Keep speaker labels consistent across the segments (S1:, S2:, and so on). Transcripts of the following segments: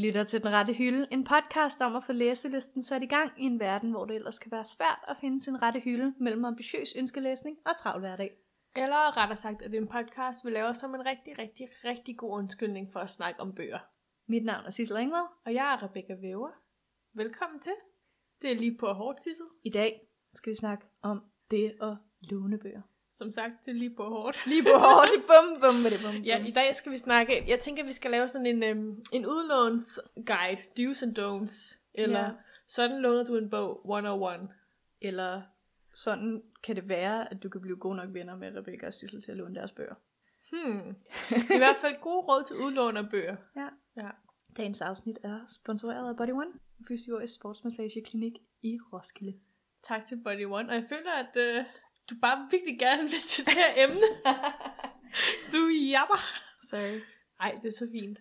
S1: lytter til Den Rette Hylde, en podcast om at få læselisten sat i gang i en verden, hvor det ellers kan være svært at finde sin rette hylde mellem ambitiøs ønskelæsning og travl hverdag.
S2: Eller rettere sagt, at en podcast vi laver som en rigtig, rigtig, rigtig god undskyldning for at snakke om bøger.
S1: Mit navn er Sissel Ringvad.
S2: Og jeg er Rebecca Væver. Velkommen til. Det er lige på hårdt, Sissel.
S1: I dag skal vi snakke om det at låne bøger.
S2: Som sagt, det er lige på hårdt.
S1: Lige på hårdt, bum, bum, med det bum, bum.
S2: Ja, i dag skal vi snakke, jeg tænker, vi skal lave sådan en, øhm, en udlånsguide, do's and don'ts, eller
S1: Ja.
S2: sådan låner du en bog 101.
S1: Eller sådan kan det være, at du kan blive god nok venner med Rebecca og Sissel til at låne deres bøger.
S2: Hmm. I hvert fald gode råd til udlån af bøger.
S1: Ja.
S2: ja.
S1: Dagens afsnit er sponsoreret af Body One, fysiorisk sportsmassageklinik i Roskilde.
S2: Tak til Body One, og jeg føler, at øh, du bare virkelig gerne vil til det her emne. du japper.
S1: Sorry.
S2: Ej, det er så fint.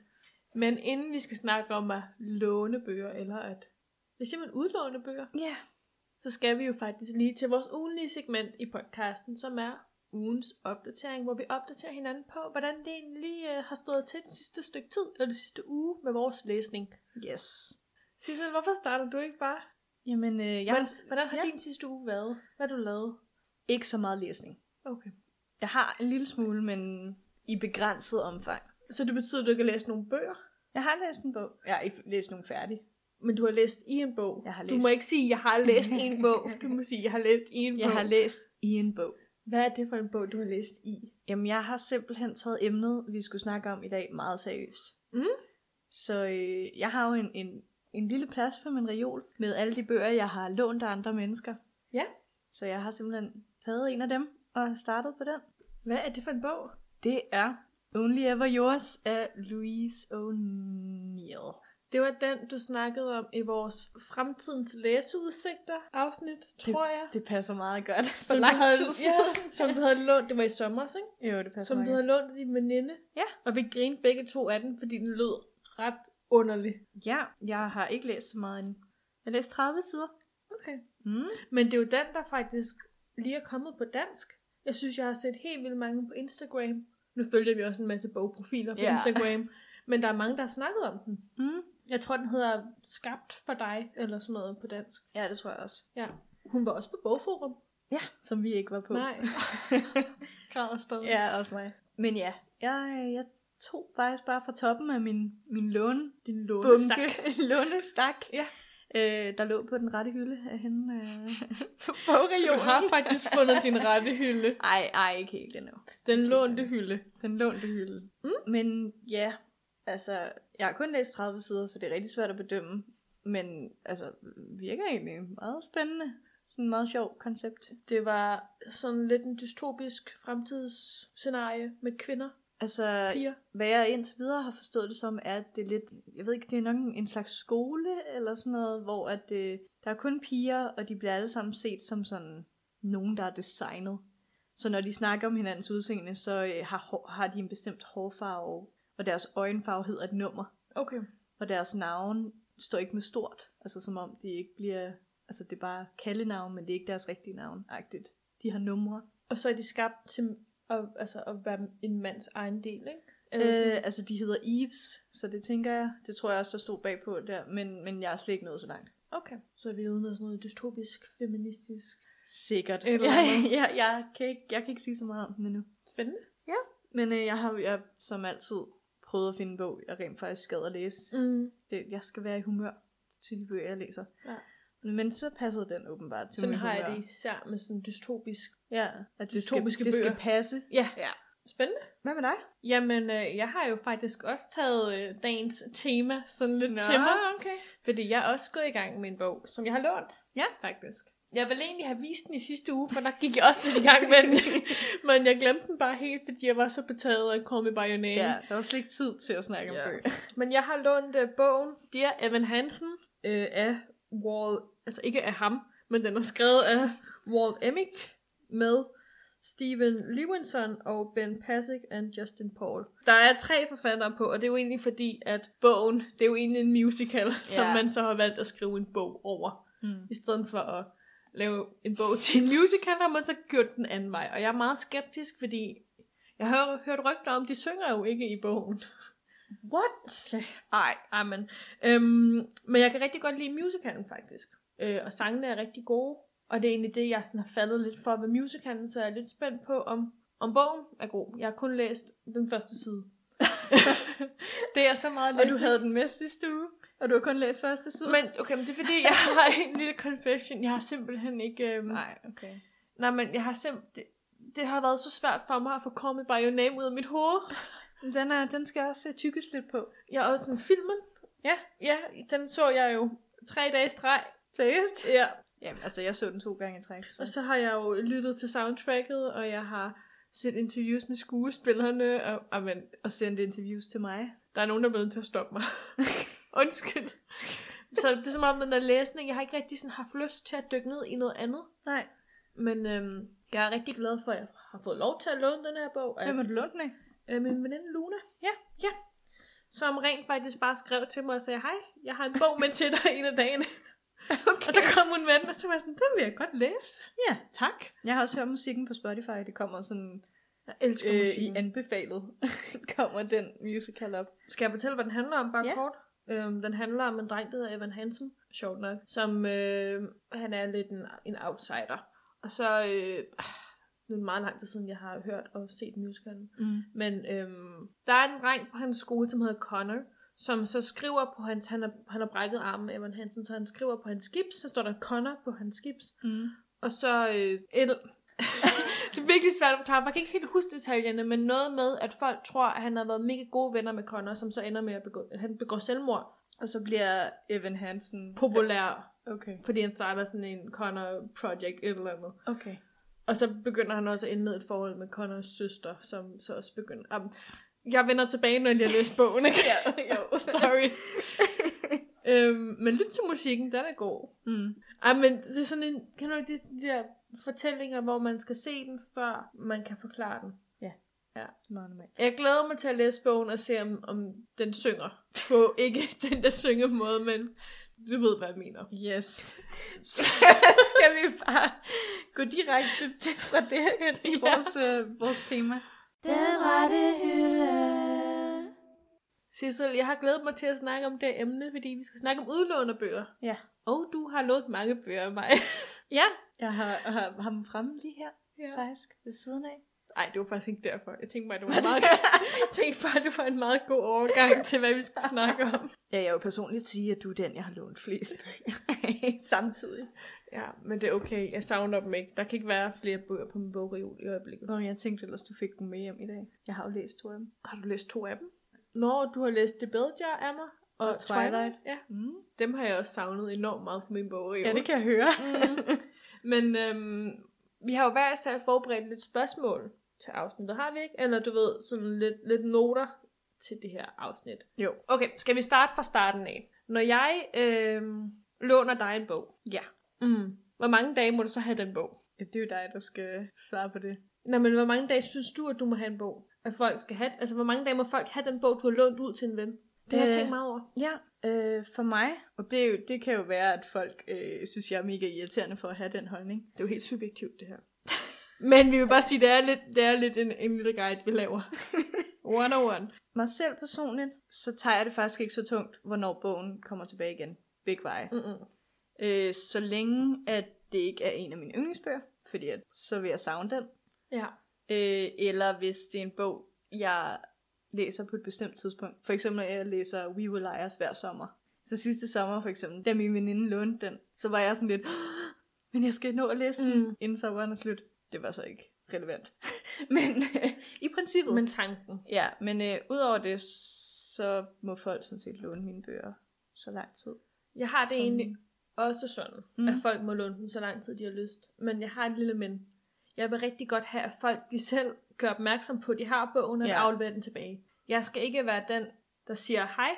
S2: Men inden vi skal snakke om at låne bøger, eller at det er simpelthen udlåne bøger,
S1: Ja. Yeah.
S2: så skal vi jo faktisk lige til vores ugenlige segment i podcasten, som er ugens opdatering, hvor vi opdaterer hinanden på, hvordan det egentlig lige øh, har stået til det sidste stykke tid, eller det sidste uge med vores læsning.
S1: Yes.
S2: Sissel, hvorfor starter du ikke bare?
S1: Jamen, øh, jeg
S2: Hvordan, hvordan har
S1: ja.
S2: ja. din sidste uge været? Hvad har du lavet?
S1: ikke så meget læsning.
S2: Okay.
S1: Jeg har en lille smule, men i begrænset omfang.
S2: Så det betyder, at du ikke har læst nogle bøger?
S1: Jeg har læst en bog. Jeg har ikke læst nogen færdig.
S2: Men du har læst i en bog.
S1: Jeg har
S2: Du
S1: læst.
S2: må ikke sige, at jeg har læst en bog. Du må sige, at jeg har læst i en bog.
S1: Jeg har læst i en bog.
S2: Hvad er det for en bog, du har læst i?
S1: Jamen, jeg har simpelthen taget emnet, vi skulle snakke om i dag, meget seriøst.
S2: Mm.
S1: Så øh, jeg har jo en, en, en lille plads på min reol med alle de bøger, jeg har lånt af andre mennesker.
S2: Ja.
S1: Så jeg har simpelthen taget en af dem og startet på den.
S2: Hvad er det for en bog?
S1: Det er Only Ever Yours af Louise O'Neill.
S2: Det var den, du snakkede om i vores fremtidens læseudsigter afsnit, tror jeg.
S1: Det passer meget godt. For
S2: Som du
S1: lang
S2: havde-
S1: tid siden.
S2: ja, som du havde lånt, det var i sommer, ikke?
S1: Jo, det passer
S2: Som
S1: meget
S2: du havde lånt af din veninde.
S1: Ja.
S2: Og vi grinede begge to af den, fordi den lød ret underlig.
S1: godt. Ja, jeg har ikke læst så meget endnu. Jeg har læst 30 sider.
S2: Okay.
S1: Mm.
S2: Men det er jo den, der faktisk lige er kommet på dansk. Jeg synes, jeg har set helt vildt mange på Instagram. Nu følger vi også en masse bogprofiler på
S1: Ja.
S2: ja. Instagram. Men der er mange, der har snakket om den.
S1: Mm.
S2: Jeg tror, den hedder Skabt for dig, eller sådan noget på dansk.
S1: Ja, det tror jeg også.
S2: Ja. Hun var også på bogforum.
S1: Ja, som vi ikke var på.
S2: Nej. Græder stadig.
S1: ja, også mig. Men ja, jeg, jeg tog faktisk bare fra toppen af min, min låne,
S2: Din
S1: bunke,
S2: lånestak.
S1: lånestak,
S2: Ja.
S1: øh, der lå på den rette hylde af hende øh, på
S2: Så du har
S1: bogregionen.
S2: faktisk fundet din rette hylde.
S1: Ej, ej, ikke helt endnu.
S2: Den lånte hylde.
S1: Den lånte hylde. Mm. Men ja, altså, jeg har kun læst 30 sider, så det er rigtig svært at bedømme. Men altså, virker egentlig meget spændende. Sådan et meget sjovt koncept.
S2: Det var sådan lidt en dystopisk fremtidsscenarie med kvinder,
S1: Altså,
S2: piger.
S1: hvad jeg indtil videre har forstået det som, er, at det er lidt, jeg ved ikke, det er nok en- en slags skole eller sådan noget, hvor at, øh, der er kun piger, og de bliver alle sammen set som sådan nogen, der er designet. Så når de snakker om hinandens udseende, så øh, har, hår- har de en bestemt hårfarve, og deres øjenfarve hedder et nummer.
S2: Okay.
S1: og deres navn står ikke med stort, altså som om de ikke bliver, altså det er bare kaldenavn, men det er ikke deres rigtige navn, agtigt. De har numre.
S2: Og så er de skabt til at, altså at være en mands egen del, ikke? Eller sådan.
S1: Øh, altså de hedder Eves, så det tænker jeg, det tror jeg også, der stod bagpå der, men, men jeg er slet ikke nået så langt.
S2: Okay. Så er vi ude med sådan noget dystopisk, feministisk.
S1: Sikkert.
S2: Et eller
S1: jeg,
S2: andet.
S1: jeg, jeg, kan ikke, jeg kan ikke sige så meget om den endnu.
S2: Spændende.
S1: Men øh, jeg har jeg, som altid prøvet at finde en bog, jeg rent faktisk gad at læse.
S2: Mm.
S1: Det, jeg skal være i humør til de bøger, jeg læser.
S2: Ja.
S1: Men så passede den åbenbart til
S2: Sådan
S1: mit
S2: har jeg
S1: humør.
S2: det især med sådan dystopisk.
S1: Ja, at det skal,
S2: Dystopiske
S1: det skal
S2: bøger.
S1: passe.
S2: Ja.
S1: Ja.
S2: Spændende.
S1: Hvad med dig?
S2: Jamen, øh, jeg har jo faktisk også taget øh, dagens tema sådan lidt til mig.
S1: okay.
S2: Fordi jeg er også gået i gang med en bog, som jeg har lånt.
S1: Ja.
S2: Faktisk. Jeg ville egentlig have vist den i sidste uge, for der gik jeg også lidt i gang med den. Men jeg glemte den bare helt, fordi jeg var så betaget af Call Me By Your Name.
S1: Ja, der var slet ikke tid til at snakke om
S2: Ja.
S1: bøger.
S2: Men jeg har lånt uh, bogen Dear Evan Hansen øh, af Wall, altså ikke af ham, men den er skrevet af Wall Emick med Steven Lewinson og Ben Pasek and Justin Paul. Der er tre forfattere på, og det er jo egentlig fordi, at bogen, det er jo egentlig en musical, yeah. som man så har valgt at skrive en bog over.
S1: Mm.
S2: I stedet for at lave en bog til en musical, har man så gjort den anden vej. Og jeg er meget skeptisk, fordi jeg har hørt rygter om, de synger jo ikke i bogen.
S1: What?
S2: Okay. Ej, amen. Øhm, men jeg kan rigtig godt lide musicalen faktisk. Øh, og sangene er rigtig gode. Og det er egentlig det, jeg sådan har faldet lidt for ved musicalen, så jeg er lidt spændt på, om, om bogen er god. Jeg har kun læst den første side. det er så meget
S1: Og du
S2: læsning.
S1: havde den med sidste uge, og du har kun læst første side?
S2: Men okay, men det er fordi, jeg har en lille confession. Jeg har simpelthen ikke... Øhm,
S1: Nej, okay.
S2: nej, men jeg har simpelthen... Det, det har været så svært for mig at få Call Me By Your Name ud af mit hoved.
S1: Den, er, den skal også øh, tykkes lidt på.
S2: Jeg er også sådan, filmen.
S1: Ja.
S2: Ja, den så jeg jo tre dage i streg.
S1: Seriøst?
S2: Ja.
S1: Jamen, altså, jeg så den to gange i træk.
S2: Og
S1: Så.
S2: så har jeg jo lyttet til soundtracket, og jeg har set interviews med skuespillerne, og, og men,
S1: Og sendte interviews til mig.
S2: der er nogen, der er blevet nødt til at stoppe mig. Undskyld. Så det er som om den der læsning, jeg har ikke rigtig sådan haft lyst til at dykke ned i noget andet.
S1: Nej.
S2: Men øhm, jeg er rigtig glad for, at jeg har fået lov til at låne den her bog af
S1: Hvem har du lånt den af?
S2: øh, min veninde Luna.
S1: Ja.
S2: Ja. Som rent faktisk bare skrev til mig og sagde, hej, jeg har en bog med til dig en af dagene. Okay. Og så kom hun med den, og så var jeg sådan, den vil jeg godt læse.
S1: Ja.
S2: Tak.
S1: Jeg har også hørt musikken på Spotify. Det kommer sådan
S2: Jeg elsker
S1: øh, i
S2: musikken.
S1: anbefalet. kommer den musical op.
S2: Skal jeg fortælle, hvad den handler om, bare
S1: Ja.
S2: ja. kort? Øhm, den handler om en dreng, der hedder Evan Hansen, sjovt nok, som øh, han er lidt en, en outsider. Og så, øh, nu er det meget lang tid siden, jeg har hørt og set musicalen,
S1: Mm.
S2: men øhm, der er en dreng på hans skole, som hedder Connor, som så skriver på hans, han har, han har brækket armen med Evan Hansen, så han skriver på hans skips, så står der Connor på hans skips,
S1: Mm.
S2: og så øh, et, det er virkelig svært at forklare, man kan ikke helt huske detaljerne, men noget med, at folk tror, at han har været mega gode venner med Connor, som så ender med, at begå, han begår selvmord.
S1: Og så bliver Evan Hansen...
S2: Populær,
S1: Okay.
S2: fordi han starter sådan en Connor Project, et eller andet.
S1: Okay.
S2: Og så begynder han også at indlede et forhold med Connors søster, som så også begynder... Um, jeg vender tilbage, når jeg læser bogen, ikke?
S1: ja, jo.
S2: Sorry. øhm, men lyt til musikken, den er god.
S1: Mm.
S2: Ej, men det er sådan en, kan du ikke de, de der fortællinger, hvor man skal se den, før man kan forklare den.
S1: Meget normalt.
S2: Jeg glæder mig til at læse bogen og se, om, om den synger. På ikke den der synger måde, men du ved, hvad jeg mener.
S1: Yes. Skal vi bare gå direkte til- fra det her hen i
S2: Ja.
S1: vores, øh, vores tema?
S3: Den rette hylde.
S2: Sissel, jeg har glædet mig til at snakke om det emne, fordi vi skal snakke om udlånerbøger.
S1: Ja.
S2: Og du har lånt mange bøger af mig.
S1: Ja. Jeg har, har, har dem fremme lige her,
S2: Ja.
S1: faktisk, ved siden af.
S2: Ej, det var faktisk ikke derfor. Jeg tænkte bare, det var en meget, jeg tænkte bare, det var en meget god overgang til, hvad vi skulle snakke om.
S1: Ja, jeg vil personligt sige, at du er den, jeg har lånt flest bøger samtidig.
S2: Ja, men det er okay. Jeg savner dem ikke. Der kan ikke være flere bøger på min bogreol i øjeblikket.
S1: Nå, jeg tænkte ellers, du fik dem med hjem i dag. Jeg har jo læst to af dem.
S2: Har du læst to af dem? Nå, du har læst The Bell Jar af mig. Og,
S1: Og Twilight.
S2: Ja,
S1: Mm.
S2: dem har jeg også savnet enormt meget på min bogreol.
S1: kan jeg høre.
S2: Mm. Men øhm, vi har jo hver især forberedt lidt spørgsmål til afsnittet, har vi ikke? Eller du ved, sådan lidt, lidt noter til det her afsnit.
S1: Jo.
S2: Okay, skal vi starte fra starten af? Når jeg øhm, låner dig en bog,
S1: Ja.
S2: mm. hvor mange dage må du så have den bog?
S1: ja. Det er jo dig, der skal svare på det.
S2: Nå, men hvor mange dage synes du, at du må have en bog? At folk skal have, altså hvor mange dage må folk have den bog, du har lånt ud til en ven? Det har jeg
S1: Øh.
S2: tænkt meget over.
S1: Ja, øh, for mig, og det, er jo, det kan jo være, at folk øh, synes, jeg er mega irriterende for at have den holdning.
S2: Det er jo helt subjektivt, det her. men vi vil bare sige, det er lidt, det er lidt en, en lille guide, vi laver. One on one.
S1: Mig selv personligt, så tager jeg det faktisk ikke så tungt, hvornår bogen kommer tilbage igen. Begge veje.
S2: Mm-mm.
S1: Øh, så længe, at det ikke er en af mine yndlingsbøger, fordi at, så vil jeg savne den.
S2: Ja.
S1: Øh, eller hvis det er en bog, jeg læser på et bestemt tidspunkt. For eksempel, når jeg læser We Will Liars hver sommer. Så sidste sommer, for eksempel, da min veninde lånte den, så var jeg sådan lidt, "Åh, men jeg skal nå at læse den,
S2: Mm.
S1: inden sommeren er slut. Det var så ikke relevant. men øh, i princippet.
S2: Men tanken.
S1: Ja, men øh, udover det, så må folk sådan set låne mine bøger så lang tid.
S2: Jeg har det
S1: som-
S2: egentlig også sådan,
S1: Mm.
S2: mm. at folk må låne den så lang tid, de har lyst. Men jeg har et lille men. Jeg vil rigtig godt have, at folk de selv gør opmærksom på, at de har bogen, og
S1: Ja.
S2: ja. afleverer den tilbage. Jeg skal ikke være den, der siger hej,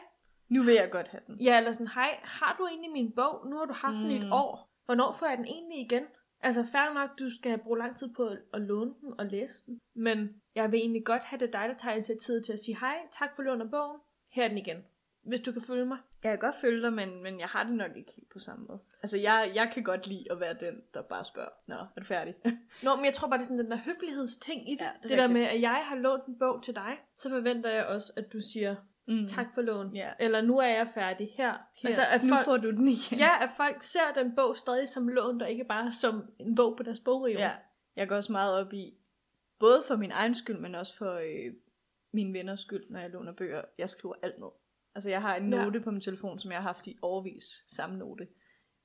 S1: Nu vil jeg godt have den.
S2: Ja, eller sådan, hej, har du egentlig min bog? Nu har du haft mm. den i
S1: Mm.
S2: et år. Hvornår får jeg den egentlig igen? Altså, fair nok, du skal bruge lang tid på at- at låne den og læse den. Men jeg vil egentlig godt have det dig, der tager initiativet til at sige, hej, tak for lån af bogen. Her er den igen. Hvis du kan følge mig.
S1: Jeg kan godt følge dig, men, men jeg har det nok ikke helt på samme måde. Altså, jeg, jeg kan godt lide at være den, der bare spørger, Nå, er du færdig?
S2: Nå, men jeg tror bare, det er sådan den der høflighedsting i det.
S1: Ja, det
S2: det
S1: er
S2: det der
S1: rigtigt.
S2: med, at jeg har lånt en bog til dig, så forventer jeg også, at du siger,
S1: Mm.
S2: tak for lån.
S1: Ja.
S2: Eller nu er jeg færdig her.
S1: Her, altså, at nu
S2: folk,
S1: får du den igen.
S2: ja, at folk ser den bog stadig som lån, og ikke bare som en bog på deres bogreol.
S1: ja. Jeg går også meget op i, både for min egen skyld, men også for øh, mine venners skyld, når jeg låner bøger. Jeg skriver alt ned. Altså jeg har en
S2: Ja.
S1: note ja. på min telefon, som jeg har haft i årvis, samme note.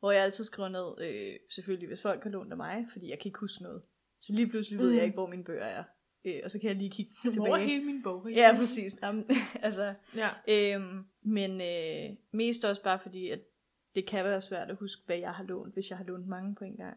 S1: Hvor jeg altid skriver ned, øh, selvfølgelig hvis folk har lånt af mig, fordi jeg kan ikke huske noget. Så lige pludselig mm. ved
S2: Mm.
S1: jeg ikke, hvor mine bøger er. Øh, og så kan jeg lige kigge
S2: Over
S1: tilbage.
S2: hele min bogreol.
S1: Ja, præcis. Jamen, altså,
S2: ja.
S1: Øhm, men øh, mest også bare fordi, at det kan være svært at huske, hvad jeg har lånt, hvis jeg har lånt mange på en gang.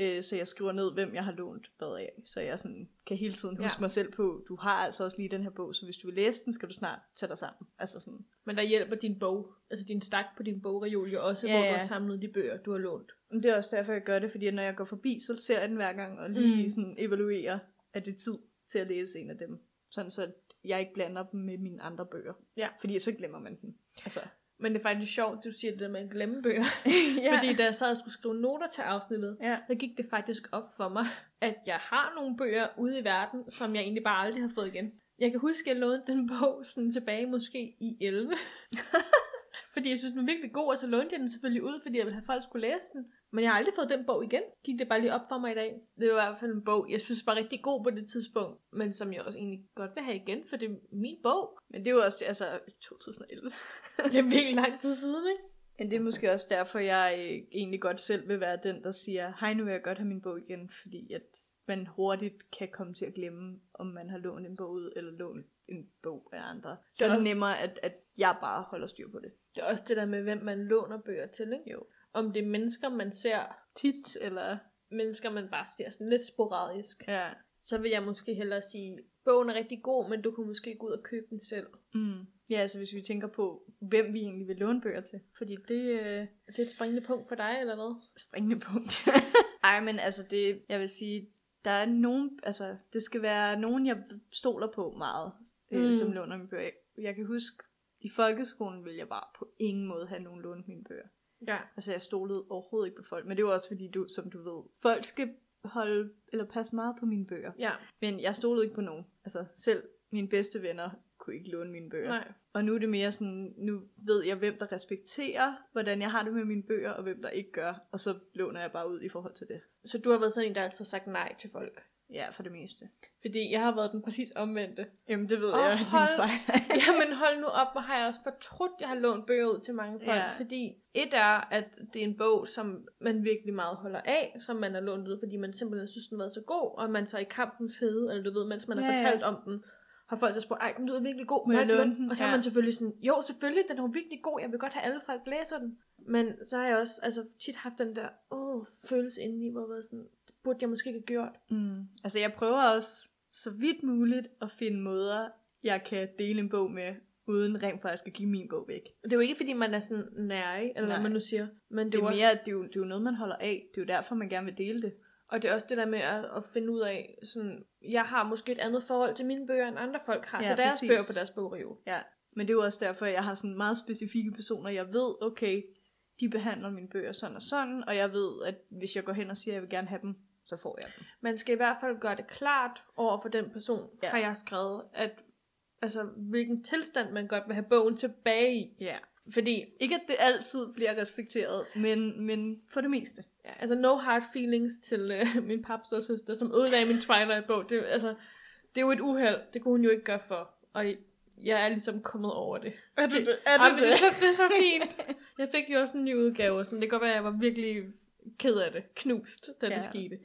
S1: Øh, så jeg skriver ned, hvem jeg har lånt hvad af, så jeg sådan, kan hele tiden huske
S2: Ja.
S1: ja. mig selv på, du har altså også lige den her bog, så hvis du vil læse den, skal du snart tage dig sammen. Altså sådan,
S2: Men der hjælper din bog, altså din stak på din bogreol jo også,
S1: Ja,
S2: hvor du
S1: ja.
S2: har samlet de bøger, du har lånt.
S1: men det er også derfor, jeg gør det, fordi når jeg går forbi, så ser jeg den hver gang, og lige
S2: Mm.
S1: mm. sådan evaluerer, at det er tid til at læse en af dem. Sådan så jeg ikke blander dem med mine andre bøger.
S2: Ja.
S1: Fordi så glemmer man den. Altså,
S2: Men det er faktisk sjovt, du siger det der med at glemme bøger.
S1: ja.
S2: Fordi da jeg sad og skulle skrive noter til afsnittet,
S1: ja.
S2: så gik det faktisk op for mig, at jeg har nogle bøger ude i verden, som jeg egentlig bare aldrig har fået igen. Jeg kan huske, at jeg lånte den bog sådan tilbage måske i 11. fordi jeg synes, den var virkelig god, og så lånte jeg den selvfølgelig ud, fordi jeg ville have at folk skulle læse den. Men jeg har aldrig fået den bog igen. Gik det bare lige op for mig i dag. Det var i hvert fald en bog, jeg synes var rigtig god på det tidspunkt, men som jeg også egentlig godt vil have igen, for det er min bog.
S1: Men det er jo også, det, altså 2011.
S2: Det er virkelig lang tid siden, ikke?
S1: Men det er måske også derfor, jeg øh, egentlig godt selv vil være den, der siger, hej, nu vil jeg godt have min bog igen, fordi at man hurtigt kan komme til at glemme, om man har lånt en bog ud, eller lånt en bog af andre. Så
S2: Så-
S1: er det nemmere, at, at jeg bare holder styr på det.
S2: Det er også det der med, hvem man låner bøger til, ikke?
S1: Jo.
S2: Om det er mennesker, man ser,
S1: Tit, eller...
S2: mennesker, man bare ser sådan lidt sporadisk.
S1: Ja.
S2: så vil jeg måske hellere sige, bogen er rigtig god, men du kunne måske gå ud og købe den selv.
S1: Mm. Ja, altså hvis vi tænker på, hvem vi egentlig vil låne bøger til. Fordi det... Øh...
S2: Er det et springende punkt for dig, eller hvad?
S1: springende punkt. Ej, men altså det, jeg vil sige, der er nogen, altså det skal være nogen, jeg stoler på meget, øh,
S2: Mm.
S1: mm. som låner mine bøger. Jeg kan huske, i folkeskolen ville jeg bare på ingen måde have nogen lånt mine bøger.
S2: Ja.
S1: Altså jeg stolede overhovedet ikke på folk, men det var også fordi, du, som du ved, folk skal holde, eller passe meget på mine bøger.
S2: Ja,
S1: Men jeg stolede ikke på nogen. Altså selv mine bedste venner kunne ikke låne mine bøger.
S2: nej.
S1: Og nu er det mere sådan, nu ved jeg, hvem der respekterer, hvordan jeg har det med mine bøger, og hvem der ikke gør. Og så låner jeg bare ud i forhold til det.
S2: Så du har været sådan en, der altid har sagt nej til folk.
S1: Ja, for det meste.
S2: Fordi jeg har været den præcis omvendte.
S1: Jamen, det ved
S2: Åh,
S1: oh, jeg, din
S2: hold-
S1: spejl.
S2: Jamen hold nu op, hvor har jeg også fortrudt, jeg har lånt bøger ud til mange folk. Ja.
S1: Ja.
S2: Fordi et er, at det er en bog, som man virkelig meget holder af, som man har lånt ud, fordi man simpelthen synes, den var så god, og man så i kampens hede, eller du ved, mens man har
S1: Ja, ja.
S2: fortalt om den, har folk så spurgt, ej, den lyder virkelig god,
S1: Må
S2: må
S1: jeg
S2: jeg
S1: låne
S2: låne den?
S1: den?
S2: Og så er man
S1: Ja.
S2: selvfølgelig sådan, jo, selvfølgelig, den er jo virkelig god, jeg vil godt have alle folk læser den. Men så har jeg også altså, tit haft den der, åh, følelse indeni, hvor jeg har været sådan, det burde jeg måske ikke have gjort.
S1: mm. Altså, jeg prøver også så vidt muligt at finde måder, jeg kan dele en bog med, uden rent faktisk at give min bog væk.
S2: Og det er jo ikke, fordi man er sådan nærig, eller nej. hvad
S1: Nej.
S2: man nu siger. Men det,
S1: Det
S2: jo
S1: er,
S2: også-
S1: mere, at det, er jo, det er jo noget, man holder af. Det er jo derfor, man gerne vil dele det.
S2: Og det er også det der med at, at finde ud af, sådan, jeg har måske et andet forhold til mine bøger, end andre folk har ja,
S1: Ja,
S2: til deres præcis.
S1: præcis.
S2: bøger på deres bogreol.
S1: Ja, men det er jo også derfor, at jeg har sådan meget specifikke personer. Jeg ved, okay, de behandler mine bøger sådan og sådan, og jeg ved, at hvis jeg går hen og siger, at jeg vil gerne have dem, så får jeg dem.
S2: Man skal i hvert fald gøre det klart over for den person, ja.
S1: Ja.
S2: har jeg skrevet, at altså, hvilken tilstand man godt vil have bogen tilbage i.
S1: Ja.
S2: Fordi,
S1: Ikke, at det altid bliver respekteret, men, men for det meste.
S2: ja, altså no hard feelings til øh, min paps og søster, som ødelagde min Twilight-bog. Det, altså, det er jo et uheld, det kunne hun jo ikke gøre for. Og jeg er ligesom kommet over det.
S1: Er
S2: du
S1: det?
S2: Er det, det, er så, det er så fint. Jeg fik jo også en ny udgave, og sådan. det kan godt være, at jeg var virkelig ked af det, knust, da ja.
S1: Ja.
S2: det skete.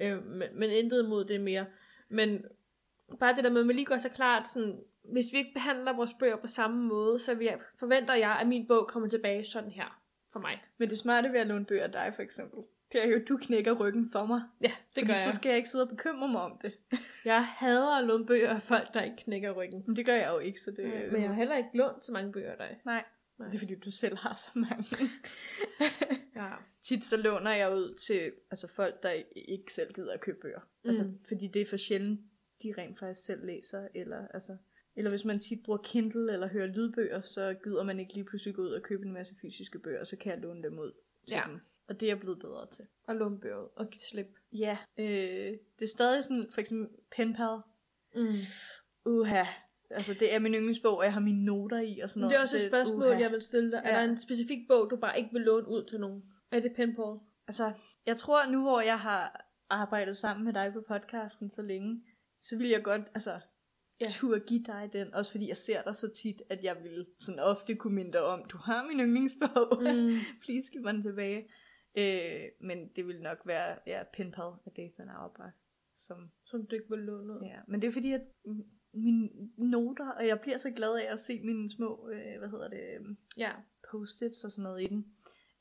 S2: Øh, men, men intet mod det mere. Men bare det der med, at man lige gør sig klart, sådan, hvis vi ikke behandler vores bøger på samme måde, så vi, forventer jeg, at min bog kommer tilbage sådan her for mig.
S1: Men det smarte ved at låne bøger af dig, for eksempel, det er jo, at du knækker ryggen for mig.
S2: Ja, det
S1: fordi
S2: gør
S1: så
S2: jeg.
S1: skal jeg ikke sidde og bekymre mig om det.
S2: Jeg hader at låne bøger af folk, der ikke knækker ryggen. Øh,
S1: Men det gør jeg jo ikke, så det... øh,
S2: Men jeg har heller ikke lånt så mange bøger af dig.
S1: Nej. Det er fordi, du selv har så mange.
S2: Ja.
S1: Tit så låner jeg ud til altså folk, der ikke selv gider at købe bøger. Mm. Altså, fordi det er for sjældent, de rent faktisk selv læser. Eller, altså, eller hvis man tit bruger Kindle eller hører lydbøger, så gider man ikke lige pludselig gå ud og købe en masse fysiske bøger, og så kan jeg låne dem ud til
S2: Ja.
S1: dem. Og det er jeg blevet bedre til.
S2: Og låne bøger ud og give slip.
S1: Ja, øh, det er stadig sådan, for eksempel penpal.
S2: Mm.
S1: Uha, Altså, det er min yndlingsbog, og jeg har mine noter i og sådan
S2: Men
S1: noget.
S2: det er også et spørgsmål,
S1: uha.
S2: jeg vil stille dig. Er
S1: Ja.
S2: der en specifik bog, du bare ikke vil låne ud til nogen? Er det Penpal?
S1: Altså, jeg tror nu, hvor jeg har arbejdet sammen med dig på podcasten så længe, så vil jeg godt, altså,
S2: Ja.
S1: ja. turde give dig den. Også fordi jeg ser dig så tit, at jeg vil sådan ofte kunne minde dig om, du har min yndlingsbog. Mm. Please giv mig den tilbage. Øh, men det vil nok være, ja, Pinpad af Dathan Auerbach. Som,
S2: Som du ikke vil låne ud.
S1: ja. Men det er fordi, at mm, mine noter, og jeg bliver så glad af at se mine små, øh, hvad hedder det, øhm,
S2: ja.
S1: post-its og sådan noget i den.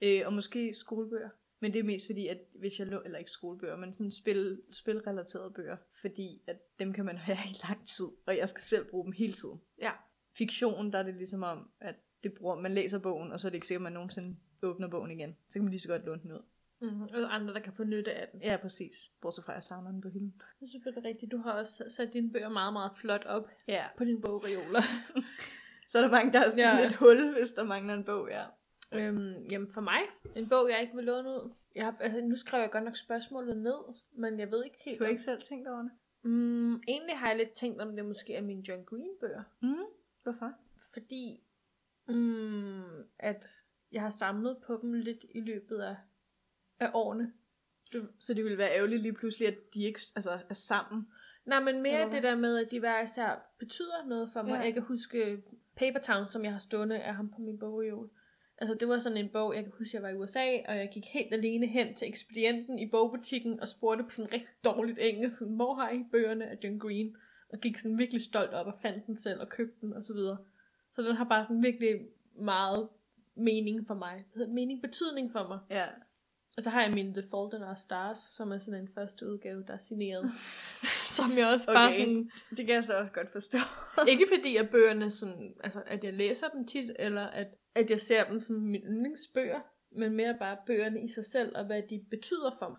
S1: Øh, og måske skolebøger. Men det er mest fordi, at hvis jeg lå, eller ikke skolebøger, men sådan spil, spilrelaterede bøger, fordi at dem kan man have i lang tid, og jeg skal selv bruge dem hele tiden.
S2: Ja.
S1: Fiktion, der er det ligesom om, at det bruger, man læser bogen, og så er det ikke sikkert, at man nogensinde åbner bogen igen. Så kan man lige så godt låne den ud.
S2: Mm-hmm. Og andre, der kan få nytte af den.
S1: Ja, præcis. Bortset fra, at jeg savner den på hylden.
S2: Det er selvfølgelig rigtigt. Du har også sat dine bøger meget, meget flot op
S1: Ja.
S2: på dine bogreoler.
S1: Så er der mange, der er sådan
S2: Ja.
S1: ja. et hul, hvis der mangler en bog, ja.
S2: øhm, jamen for mig, en bog, jeg ikke vil låne ud. Jeg har, altså, nu skriver jeg godt nok spørgsmålet ned, men jeg ved ikke helt.
S1: Du har
S2: om-
S1: ikke selv tænkt over det?
S2: Mm, egentlig har jeg lidt tænkt, om det måske er mine John Green-bøger.
S1: Mm. Hvorfor?
S2: fordi mm, at jeg har samlet på dem lidt i løbet af, af årene.
S1: Så det ville være ærgerligt lige pludselig, at de ikke altså, er sammen.
S2: Nej, men mere
S1: Eller
S2: det der med, at de hver især betyder noget for mig. Ja.
S1: Ja.
S2: Jeg kan huske øh, Paper Town, som jeg har stående af ham på min bogreol. Altså, det var sådan en bog, jeg kan huske, jeg var i USA, og jeg gik helt alene hen til ekspedienten i bogbutikken og spurgte på sådan rigtig dårligt engelsk, sådan, hvor har I bøgerne af John Green? Og gik sådan virkelig stolt op og fandt den selv og købte den og så videre. Så den har bare sådan virkelig meget mening for mig. Det hedder mening, betydning for mig.
S1: Ja.
S2: Og så har jeg min The Fault in Our Stars, som er sådan en første udgave, der er signeret. som jeg også bare
S1: Okay.
S2: sådan...
S1: Det kan jeg så også godt forstå.
S2: Ikke fordi, at bøgerne sådan... Altså, at jeg læser dem tit, eller at, at jeg ser dem som mine yndlingsbøger, men mere bare bøgerne i sig selv, og hvad de betyder for mig,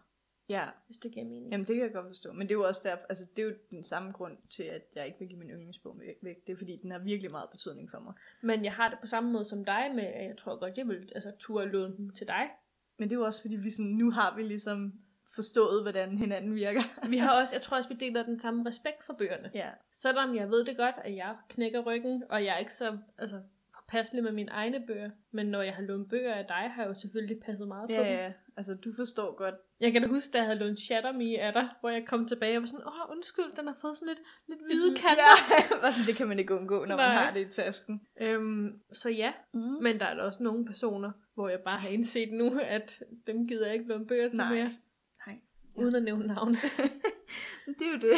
S1: ja,
S2: hvis det giver mening.
S1: jamen det kan jeg godt forstå. Men det er jo også derfor, altså det er jo den samme grund til, at jeg ikke vil give min yndlingsbog væ- væk. Det er fordi, den har virkelig meget betydning for mig.
S2: Men jeg har det på samme måde som dig med, at jeg tror godt, jeg vil altså, turde låne dem til dig.
S1: Men det er jo også fordi, vi sådan, nu har vi ligesom forstået, hvordan hinanden virker.
S2: Vi har også, jeg tror også, vi deler den samme respekt for bøgerne.
S1: Ja,
S2: Selvom jeg ved det godt, at jeg knækker ryggen, og jeg er ikke så altså, påpasselig med mine egne bøger. Men når jeg har lånt bøger af dig, har jeg jo selvfølgelig passet meget på
S1: ja,
S2: dem.
S1: ja. Altså du forstår godt.
S2: Jeg kan da huske, da jeg havde lånt Shatter Me af dig, hvor jeg kom tilbage og var sådan, åh, undskyld, den har fået sådan lidt, lidt hvide kanter.
S1: Ja, var sådan, det kan man ikke undgå, når Nej. man
S2: Nej.
S1: har det i tasken.
S2: Ja. Øhm, så ja,
S1: Mm.
S2: men der er da også nogle personer, hvor jeg bare har indset nu, at dem gider jeg ikke låne bøger til
S1: Nej.
S2: mere.
S1: Nej.
S2: Uden at nævne navne.
S1: Det er jo det.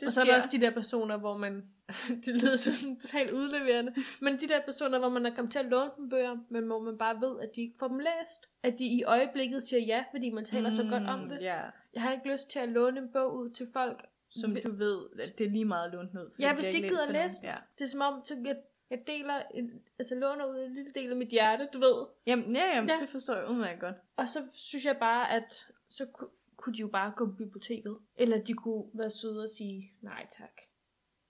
S1: det
S2: og så er der
S1: sker.
S2: også de der personer, hvor man... det lyder så sådan totalt udleverende. Men de der personer, hvor man er kommet til at låne dem bøger, men hvor man bare ved, at de ikke får dem læst. At de i øjeblikket siger ja, fordi man taler mm, så godt om
S1: Mm,
S2: det.
S1: Ja,
S2: Jeg har ikke lyst til at låne en bog ud til folk.
S1: som
S2: Vi-
S1: du ved, at det er lige meget lånt ud. fordi
S2: Ja,
S1: det
S2: hvis
S1: bliver
S2: de ikke gider
S1: læst af
S2: læse
S1: nogen. Ja.
S2: Det er som om, så jeg, jeg deler en, altså låner ud en lille del af mit hjerte, du ved.
S1: Jamen, ja, jamen,
S2: Ja.
S1: ja. det forstår jeg udmærket godt.
S2: Og så synes jeg bare, at så ku- kunne de jo bare gå på biblioteket. Eller de kunne være søde og sige nej tak.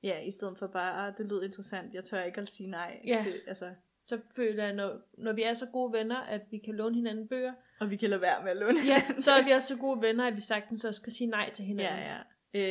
S1: Ja, i stedet for bare, ah, det lød interessant, jeg tør ikke at sige nej.
S2: Ja.
S1: Til, altså,
S2: Så føler jeg, når, når vi er så gode venner, at vi kan låne hinanden bøger,
S1: og vi kan lade være med at låne.
S2: Ja, så er vi også så gode venner, at vi sagtens også skal sige nej til hinanden.
S1: ja, ja.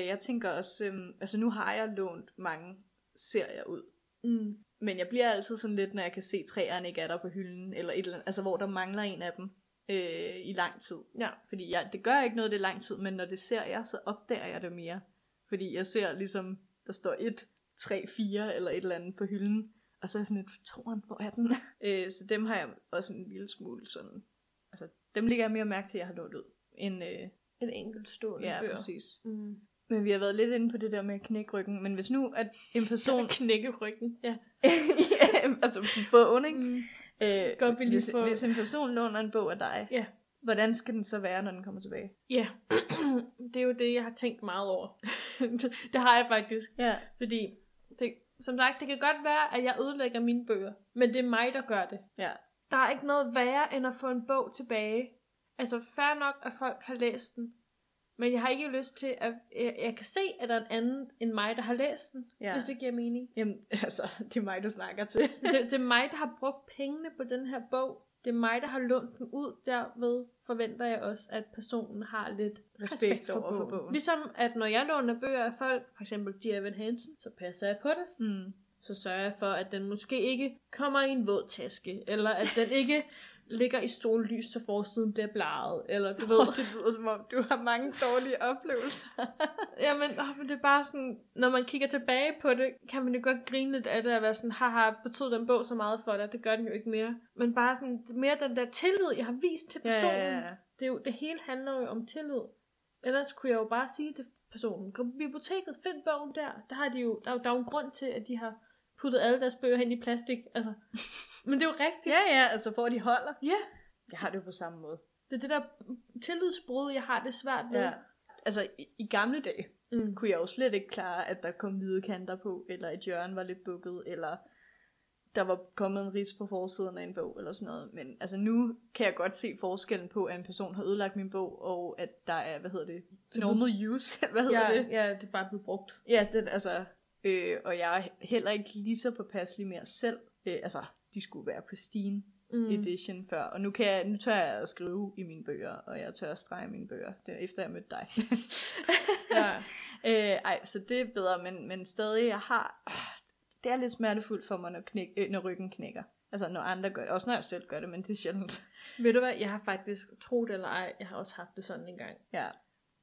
S1: Øh, jeg tænker også, øhm, altså nu har jeg lånt mange serier ud.
S2: Mm.
S1: Men jeg bliver altid sådan lidt, når jeg kan se træerne ikke er der på hylden, eller et eller andet, altså hvor der mangler en af dem øh, i lang tid.
S2: ja.
S1: Fordi jeg, det gør ikke noget, det er lang tid, men når det ser jeg, så opdager jeg det mere. Fordi jeg ser ligesom, der står 1, 3, 4 eller et eller andet på hylden. Og så er jeg sådan lidt, toren, hvor er den? øh, så dem har jeg også en lille smule sådan, altså dem ligger jeg mere mærke til, at jeg har lånt ud. End, øh,
S2: En enkelt stående
S1: ja,
S2: bøger.
S1: præcis.
S2: Mm.
S1: Men vi har været lidt inde på det der med at knække ryggen. Men hvis nu, at en person...
S2: knække ryggen. Ja.
S1: ja, altså bogen, ikke?
S2: Mm.
S1: Øh,
S2: Godt, vi lige
S1: hvis,
S2: får-
S1: hvis en person låner en bog af dig,
S2: Ja.
S1: hvordan skal den så være, når den kommer tilbage?
S2: ja. det er jo det, jeg har tænkt meget over. det har jeg faktisk.
S1: Ja,
S2: Fordi, det, som sagt, det kan godt være, at jeg ødelægger mine bøger. Men det er mig, der gør det.
S1: ja.
S2: Der er ikke noget værre, end at få en bog tilbage. Altså, fair nok, at folk har læst den. Men jeg har ikke lyst til, at jeg, jeg kan se, at der er en anden end mig, der har læst den. Ja.
S1: Ja.
S2: Hvis det giver mening.
S1: Jamen, altså, det er mig, du snakker til.
S2: det, det er mig, der har brugt pengene på den her bog. Det er mig, der har lånt den ud. Derved forventer jeg også, at personen har lidt respekt, respekt for,
S1: over for
S2: bogen.
S1: bogen.
S2: Ligesom at når jeg låner bøger af folk, for eksempel de Evan Hansen, så passer jeg på det.
S1: Mm.
S2: så sørger jeg for, at den måske ikke kommer i en våd taske, eller at den ikke ligger i sollys, så forsiden bliver blaret, eller du ved.
S1: Det lyder som om, du har mange dårlige oplevelser.
S2: Jamen, åh, men det er bare sådan, når man kigger tilbage på det, kan man jo godt grine lidt af det, og være sådan, haha, betød den bog så meget for dig, det gør den jo ikke mere. Men bare sådan, mere den der tillid, jeg har vist til personen. Ja, ja, ja. Det, er jo, det hele handler jo om tillid. Ellers kunne jeg jo bare sige til personen, gå på biblioteket, find bogen der. Der, har de jo, der, er jo- der er jo en grund til, at de har puttet alle deres bøger hen i plastik. Altså. Men det er jo rigtigt.
S1: ja, ja, altså for at de holder.
S2: Ja.
S1: Jeg har det jo på samme måde.
S2: Det er det der tillidsbrud, jeg har det svært med.
S1: Ja. Altså, i, i gamle dage
S2: Mm.
S1: kunne jeg jo slet ikke klare, at der kom hvide kanter på, eller et hjørne var lidt bukket, eller der var kommet en ris på forsiden af en bog, eller sådan noget. Men altså, nu kan jeg godt se forskellen på, at en person har ødelagt min bog, og at der er, hvad hedder det, normal use, hvad hedder
S2: Ja,
S1: det?
S2: ja, det er bare blevet brugt.
S1: Ja, den, altså, øh, og jeg er heller ikke lige så påpasselig mere selv. Øh, altså, de skulle være Christine
S2: Mm.
S1: edition før, og nu, kan jeg, nu tør jeg at skrive i mine bøger, og jeg tør at strege i mine bøger, det er efter jeg mødte dig.
S2: Ja.
S1: Øh, ej, så det er bedre, men, men stadig, jeg har... Øh, det er lidt smertefuldt for mig, når, knæk, øh, når ryggen knækker. Altså, når andre gør det. Også når jeg selv gør det, men det er sjældent.
S2: Ved du hvad, jeg har faktisk, tro det eller ej, jeg har også haft det sådan en gang.
S1: Ja.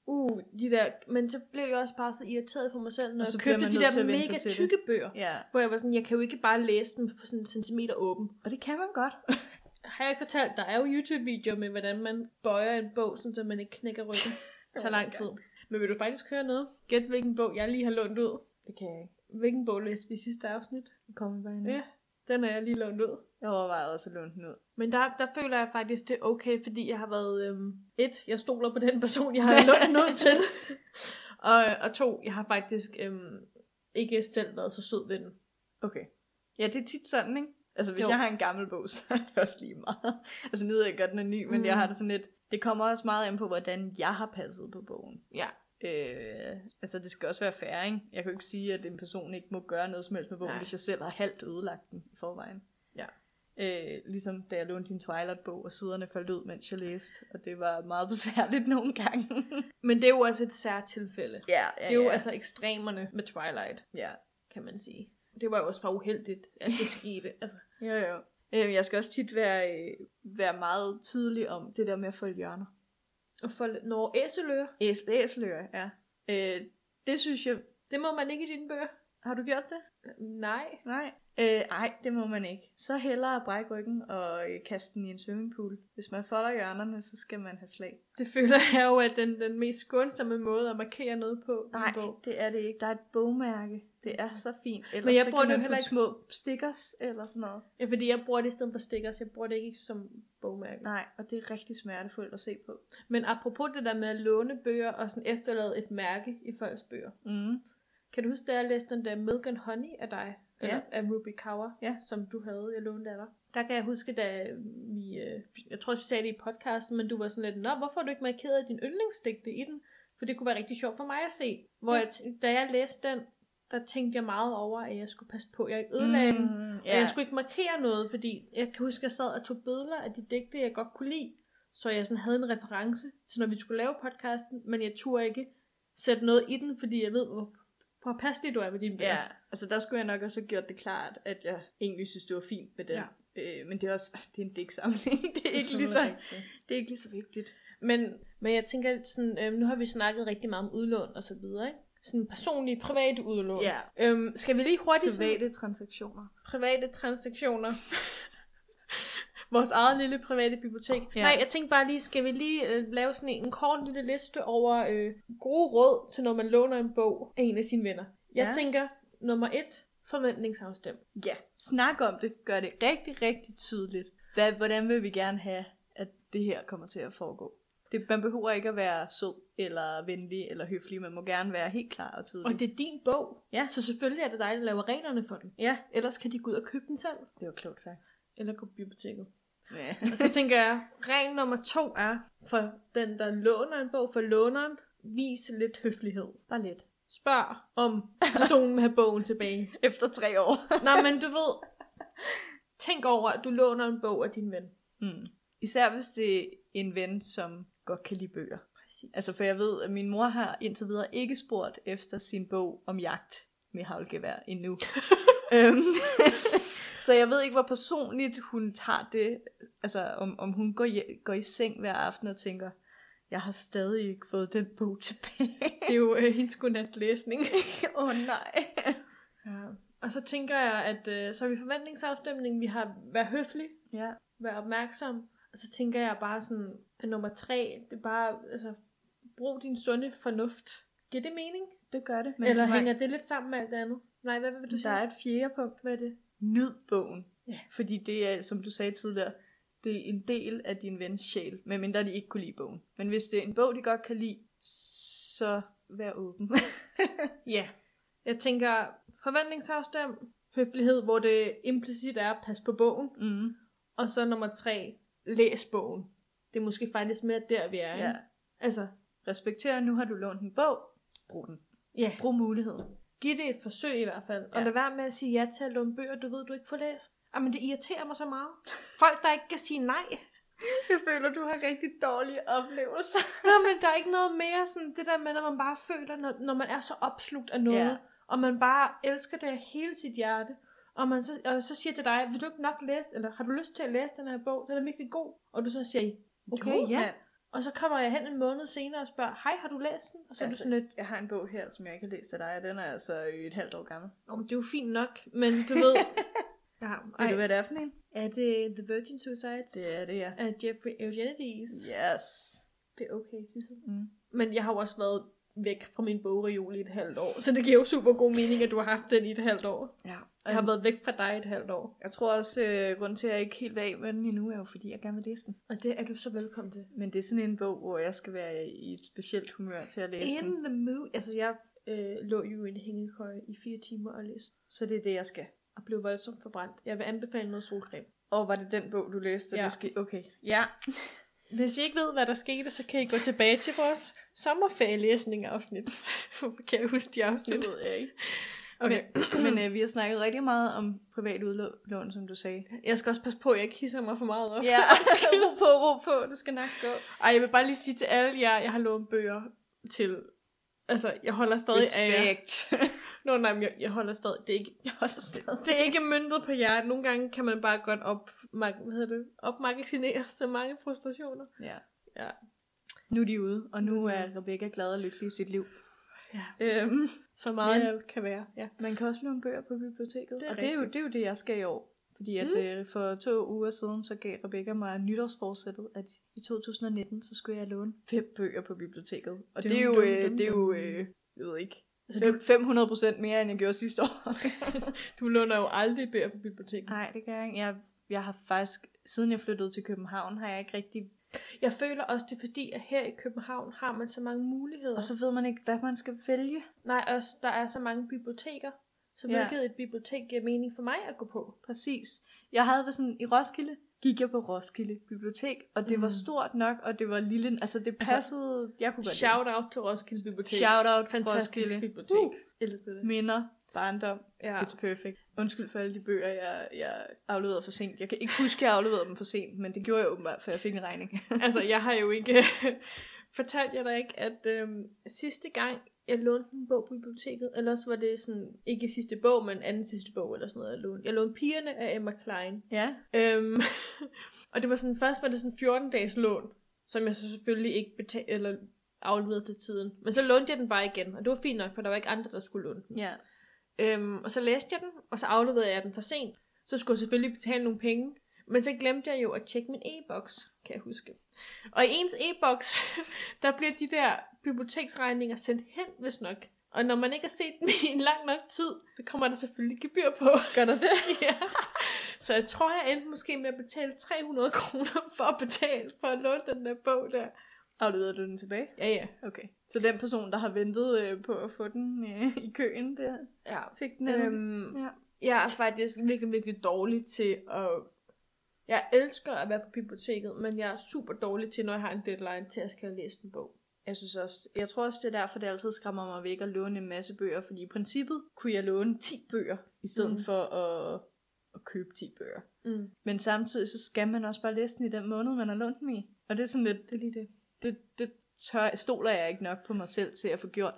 S2: Uh, de der, men så blev jeg også bare så irriteret på mig selv, når
S1: Og så
S2: jeg
S1: bliver
S2: købte
S1: man
S2: de
S1: nødt til
S2: der
S1: at vende sig
S2: mega
S1: til det.
S2: tykke bøger.
S1: ja.
S2: Hvor jeg var sådan, jeg kan jo ikke bare læse dem på sådan en centimeter åben.
S1: Og det kan man godt.
S2: Har jeg ikke fortalt, der er jo YouTube-videoer med, hvordan man bøjer en bog, sådan, så man ikke knækker ryggen. Det tager
S1: Oh my
S2: lang tid. Men vil du faktisk høre noget? Gæt, hvilken bog jeg lige har lånt ud.
S1: Det kan jeg ikke.
S2: Hvilken bog læste vi i sidste afsnit?
S1: Det kommer bare ind.
S2: Ja, den har jeg lige lånt ud.
S1: Jeg overvejede også at låne den ud.
S2: Men der, der føler jeg faktisk, det er okay, fordi jeg har været... Øhm, et, jeg stoler på den person, jeg har lånt noget til. og, og to, jeg har faktisk øhm, ikke selv været så sød ved den.
S1: Okay. Ja, det er tit sådan, ikke? Altså, hvis
S2: Jo.
S1: jo. jeg har en gammel bog, så er det også lige meget. Altså, nu ved jeg godt, den er ny, men
S2: Mm.
S1: mm. jeg har det sådan lidt... Det kommer også meget an på, hvordan jeg har passet på bogen.
S2: Ja.
S1: Øh, altså, det skal også være færre, ikke? Jeg kan jo ikke sige, at en person ikke må gøre noget som helst med bogen,
S2: Nej.
S1: Nej. hvis jeg selv har halvt ødelagt den i forvejen.
S2: Ja.
S1: Øh, ligesom da jeg lånte din Twilight-bog, og siderne faldt ud, mens jeg læste. Og det var meget besværligt nogle gange.
S2: Men det er jo også et særtilfælde. Ja,
S1: ja,
S2: det er jo altså ekstremerne med Twilight,
S1: Ja.
S2: kan man sige. Det var jo også bare uheldigt, at det skete. Altså,
S1: Jo, jo. Øh, jeg skal også tit være, øh, være meget tydelig om det der med at få hjørner.
S2: og for, når æseløer,
S1: Æs- Æseløer, ja. Øh, det synes jeg...
S2: det må man ikke i dine bøger.
S1: Har du gjort det?
S2: Nej.
S1: Nej. Øh, ej, det må man ikke. Så hellere at brække ryggen og øh, kaste den i en swimmingpool. Hvis man folder hjørnerne, så skal man have slag.
S2: Det føler jeg jo er den, den mest skånsomme måde at markere noget på. i en bog.
S1: det er det ikke. Der er et bogmærke. Det er så fint. Ellers
S2: Men jeg
S1: så
S2: bruger
S1: kan
S2: det jo
S1: man
S2: heller
S1: putte
S2: ikke-
S1: små stickers eller sådan noget.
S2: Ja, fordi jeg bruger det i stedet for stickers. Jeg bruger det ikke som bogmærke.
S1: Nej, og det er rigtig smertefuldt at se på.
S2: Men apropos det der med at låne bøger og sådan efterlade et mærke i folks bøger.
S1: Mm.
S2: Kan du huske, da jeg læste den der Milk and Honey af dig? Eller af Ruby Kaur,
S1: Ja.
S2: som du havde, jeg lånte af dig. Der kan jeg huske, da vi, øh, jeg tror, vi sagde det i podcasten, men du var sådan lidt, Nå, hvorfor har du ikke markeret din yndlingsdigte i den? For det kunne være rigtig sjovt for mig at se. Hvor jeg, tæ- da jeg læste den, der tænkte jeg meget over, at jeg skulle passe på, at jeg ikke ødelagde mm. den.
S1: Mm,
S2: Ja. Jeg skulle ikke markere noget, fordi jeg kan huske, at jeg sad og tog billeder af de digte, jeg godt kunne lide. Så jeg sådan havde en reference til, når vi skulle lave podcasten, men jeg turde ikke sætte noget i den, fordi jeg ved, hvor påpasselig du er med dine bøger.
S1: Ja, altså der skulle jeg nok også have gjort det klart, at jeg egentlig synes, det var fint med det.
S2: Ja.
S1: Ja. Øh, men det er også, det er en digtsamling. det, er
S2: Det er
S1: ikke lige så,
S2: sådan rigtigt.
S1: det er ikke lige så vigtigt.
S2: Men, men jeg tænker, sådan, øhm, nu har vi snakket rigtig meget om udlån og så videre, ikke? Sådan personlige, private udlån.
S1: Ja. Ligesom-
S2: Øhm, skal vi lige hurtigt... sådan-
S1: Private transaktioner.
S2: private transaktioner. Vores eget lille private bibliotek. Ja.
S1: Ja.
S2: Nej, jeg tænkte bare lige, skal vi lige øh, lave sådan en kort lille liste over øh, gode råd til, når man låner en bog af en af sine venner. Jeg
S1: Ja.
S2: tænker, nummer et, forventningsafstem.
S1: Ja, snak om det. Gør det rigtig, rigtig tydeligt. Hvad, hvordan vil vi gerne have, at det her kommer til at foregå? Det, man behøver ikke at være sød, eller venlig, eller høflig. Man må gerne være helt klar og
S2: Og
S1: tydelig.
S2: det er din bog,
S1: Mm. Ja.
S2: så selvfølgelig er det dig, der laver reglerne for den.
S1: Ja,
S2: Ellers kan de gå ud og købe den selv,
S1: det var klogt sagt.
S2: eller gå på biblioteket.
S1: Ja.
S2: Og så tænker jeg, regel nummer to er, for den, der låner en bog, for låneren, vis lidt høflighed.
S1: Bare lidt.
S2: Spørg, om personen vil have bogen tilbage.
S1: Efter tre år.
S2: Nej, men du ved, tænk over, at du låner en bog af din ven.
S1: Mm. Især hvis det er en ven, som godt kan lide bøger.
S2: Præcis.
S1: Altså, for jeg ved, at min mor har indtil videre ikke spurgt efter sin bog om jagt. med havlgevær endnu. øhm, så jeg ved ikke, hvor personligt hun tager det, altså om, om hun går, hje- går i seng hver aften og tænker, jeg har stadig ikke fået den bog tilbage.
S2: Det er jo øh, hendes godnatlæsning.
S1: Åh oh, nej.
S2: Ja. Og så tænker jeg, at øh, så er vi forventningsafstemning, vi har været høflig,
S1: Ja.
S2: være opmærksom. Og så tænker jeg bare sådan, at nummer tre, det er bare, altså, brug din sunde fornuft. Giver det mening?
S1: Det gør det.
S2: Men Eller
S1: nej,
S2: hænger det lidt sammen med alt det andet? Nej, hvad vil du
S1: der
S2: sige?
S1: er et fjerde punkt.
S2: Hvad er det?
S1: Nyd bogen.
S2: Ja.
S1: Fordi det er, som du sagde tidligere, det er en del af din vens sjæl, medmindre de ikke kunne lide bogen. Men hvis det er en bog, de godt kan lide, så vær åben.
S2: Ja. Jeg tænker, forventningsafstem, høflighed, hvor det implicit er, pas på bogen.
S1: mm.
S2: Og så nummer tre, læs bogen. Det er måske faktisk mere der, vi er. ikke?
S1: Ja.
S2: Altså,
S1: Respekter, nu har du lånt en bog. Brug den.
S2: ja.
S1: Brug muligheden.
S2: Giv det et forsøg i hvert fald. Ja. Og
S1: Ja.
S2: lad være med at sige ja til at låne bøger, du ved, du ikke får læst. Jamen, det irriterer mig så meget. Folk, der ikke kan sige nej.
S1: Jeg føler, du har rigtig dårlige oplevelser.
S2: Nå, men der er ikke noget mere sådan det der med, når man bare føler, når, når man er så opslugt af noget, ja.
S1: Ja.
S2: og man bare elsker det af hele sit hjerte, og, man så, og så siger til dig, vil du ikke nok læse, eller har du lyst til at læse den her bog, den er virkelig god, og du så siger, okay,
S1: Jo,
S2: ja.
S1: mand.
S2: Og så kommer jeg hen en måned senere og spørger, hej, har du læst den? Og så er du
S1: Altså-
S2: sådan lidt,
S1: Jeg har en bog her, som jeg ikke har læst af dig, og den er altså et halvt år gammel.
S2: Nå, men det er jo fint nok, men du ved... ja,
S1: Ved du, hvad
S2: det
S1: det er for en?
S2: er? det The Virgin Suicides?
S1: Det er det, ja.
S2: Af Jeffrey Eugenides.
S1: Yes.
S2: Det er okay, Sissel.
S1: Mm.
S2: Men jeg har jo også været væk fra min bogreol i et halvt år, så det giver jo super god mening, at du har haft den i et halvt år.
S1: Ja.
S2: Og jeg har været væk fra dig et halvt år.
S1: Jeg tror også, øh, grunden til, at jeg ikke helt var af med den endnu, er jo fordi, jeg gerne vil læse den.
S2: Og det er du så velkommen til.
S1: Men det er sådan en bog, hvor jeg skal være i et specielt humør til at læse
S2: In
S1: den.
S2: the mood. Altså, jeg øh, lå jo i en hængekøje i fire timer og læste,
S1: Så det er det, jeg skal.
S2: og blev voldsomt forbrændt. Jeg vil anbefale noget solcreme.
S1: Og var det den bog, du læste?
S2: Ja.
S1: Ja. Det skal... Okay.
S2: Ja. Hvis I ikke ved, hvad der skete, så kan I gå tilbage til vores sommerferielæsning-afsnit. kan jeg huske de afsnit?
S1: ved jeg ikke.
S2: Okay.
S1: Okay. Men øh, vi har snakket rigtig meget om privat udlån, som du sagde.
S2: Jeg skal også passe på, at jeg ikke hisser mig for meget op.
S1: Ja, ro på, ro på. Det skal nok gå.
S2: Ej, jeg vil bare lige sige til alle jer, jeg har lånt bøger til... Altså, jeg holder stadig af jer.
S1: Respekt.
S2: Nå, nej, men jeg, jeg holder stadig. Det er, ikke,
S1: Jeg holder stadig.
S2: det er ikke myndet på jer. Nogle gange kan man bare godt op, mag, hvad hedder det, opmagasinere så mange frustrationer.
S1: Ja.
S2: Ja.
S1: Nu er de ude, og nu
S2: Nu er de
S1: er Rebecca glad og lykkelig i sit liv.
S2: Ja.
S1: Øhm,
S2: Så meget
S1: Men-
S2: jeg kan være. Ja.
S1: Man kan også låne bøger på biblioteket.
S2: Det er
S1: og det er, jo,
S2: rigtigt.
S1: det er jo det, jeg skal i år. Fordi at,
S2: Mm.
S1: mm. øh, for to uger siden, så gav Rebecca mig nytårsforsættet, at i 2019, så skulle jeg låne fem bøger på biblioteket. Og
S2: Dum,
S1: det er jo,
S2: dum,
S1: øh,
S2: dum,
S1: det er jo
S2: dum.
S1: øh, jeg ved ikke,
S2: Altså,
S1: Fem- 500 procent mere, end jeg gjorde sidste år.
S2: Du låner jo aldrig bøger på biblioteket.
S1: Nej, det gør jeg ikke. Jeg, jeg har faktisk, siden jeg flyttede til København, har jeg ikke rigtig...
S2: Jeg føler også, det er fordi, at her i København har man så mange muligheder.
S1: Og så ved man ikke, hvad man skal vælge.
S2: Nej, også, der er så mange biblioteker. Så
S1: Ja.
S2: hvilket et bibliotek giver mening for mig at gå på.
S1: Præcis. Jeg havde det sådan, i Roskilde gik jeg på Roskilde Bibliotek, og det mm. var
S2: Mm.
S1: stort nok, og det var lille. Altså, det
S2: Altså,
S1: passede... Altså, jeg kunne godt lide det.
S2: Shout out til Roskilde Bibliotek.
S1: Shout out
S2: Fantastisk
S1: Roskilde.
S2: bibliotek.
S1: Uh.
S2: Elskede det.
S1: Minder, barndom,
S2: Ja.
S1: ja. it's perfect. Undskyld for alle de bøger, jeg, jeg afleverede for sent. Jeg kan ikke huske, at jeg afleverede dem for sent, men det gjorde jeg åbenbart, for jeg fik en regning.
S2: altså, jeg har jo ikke... fortalt jeg dig ikke, at øhm, sidste gang, jeg lånte en bog på biblioteket, eller også var det sådan, ikke sidste bog, men anden sidste bog, eller sådan noget, jeg lånte. Jeg lånte Pigerne af Emma Klein.
S1: ja.
S2: Øhm, og det var sådan, først var det sådan 14 dages lån, som jeg så selvfølgelig ikke betalte, eller afleverede til tiden. Men så lånte jeg den bare igen, og det var fint nok, for der var ikke andre, der skulle låne den.
S1: ja.
S2: Øhm, og så læste jeg den, og så afleverede jeg den for sent. Så skulle jeg selvfølgelig betale nogle penge. Men så glemte jeg jo at tjekke min e-boks, kan jeg huske. Og i ens e-boks, der bliver de der biblioteksregninger sendt hen, hvis nok. Og når man ikke har set dem i en lang nok tid, så kommer der selvfølgelig gebyr på.
S1: Gør der det?
S2: ja. Så jeg tror, jeg endte måske med at betale 300 kroner for at betale for at låne den der bog der.
S1: Afleverede du den tilbage?
S2: Ja, ja.
S1: Okay. Så den person, der har ventet øh, på at få den øh, i køen, der
S2: ja.
S1: fik den? eller?
S2: Øhm,
S1: Ja.
S2: Jeg er altså faktisk virkelig, virkelig dårlig til at... Jeg elsker at være på biblioteket, men jeg er super dårlig til, når jeg har en deadline til at skal læse en bog.
S1: Jeg, synes også, jeg tror også, det er derfor, det altid skræmmer mig væk at låne en masse bøger, fordi i princippet kunne jeg låne 10 bøger, i stedet
S2: Mm.
S1: mm. for at, at købe 10 bøger.
S2: Mm.
S1: Men samtidig så skal man også bare læse den i den måned, man har lånt den i. Og det er sådan lidt,
S2: Det er lige det.
S1: det, det tør, stoler jeg ikke nok på mig selv til at få gjort.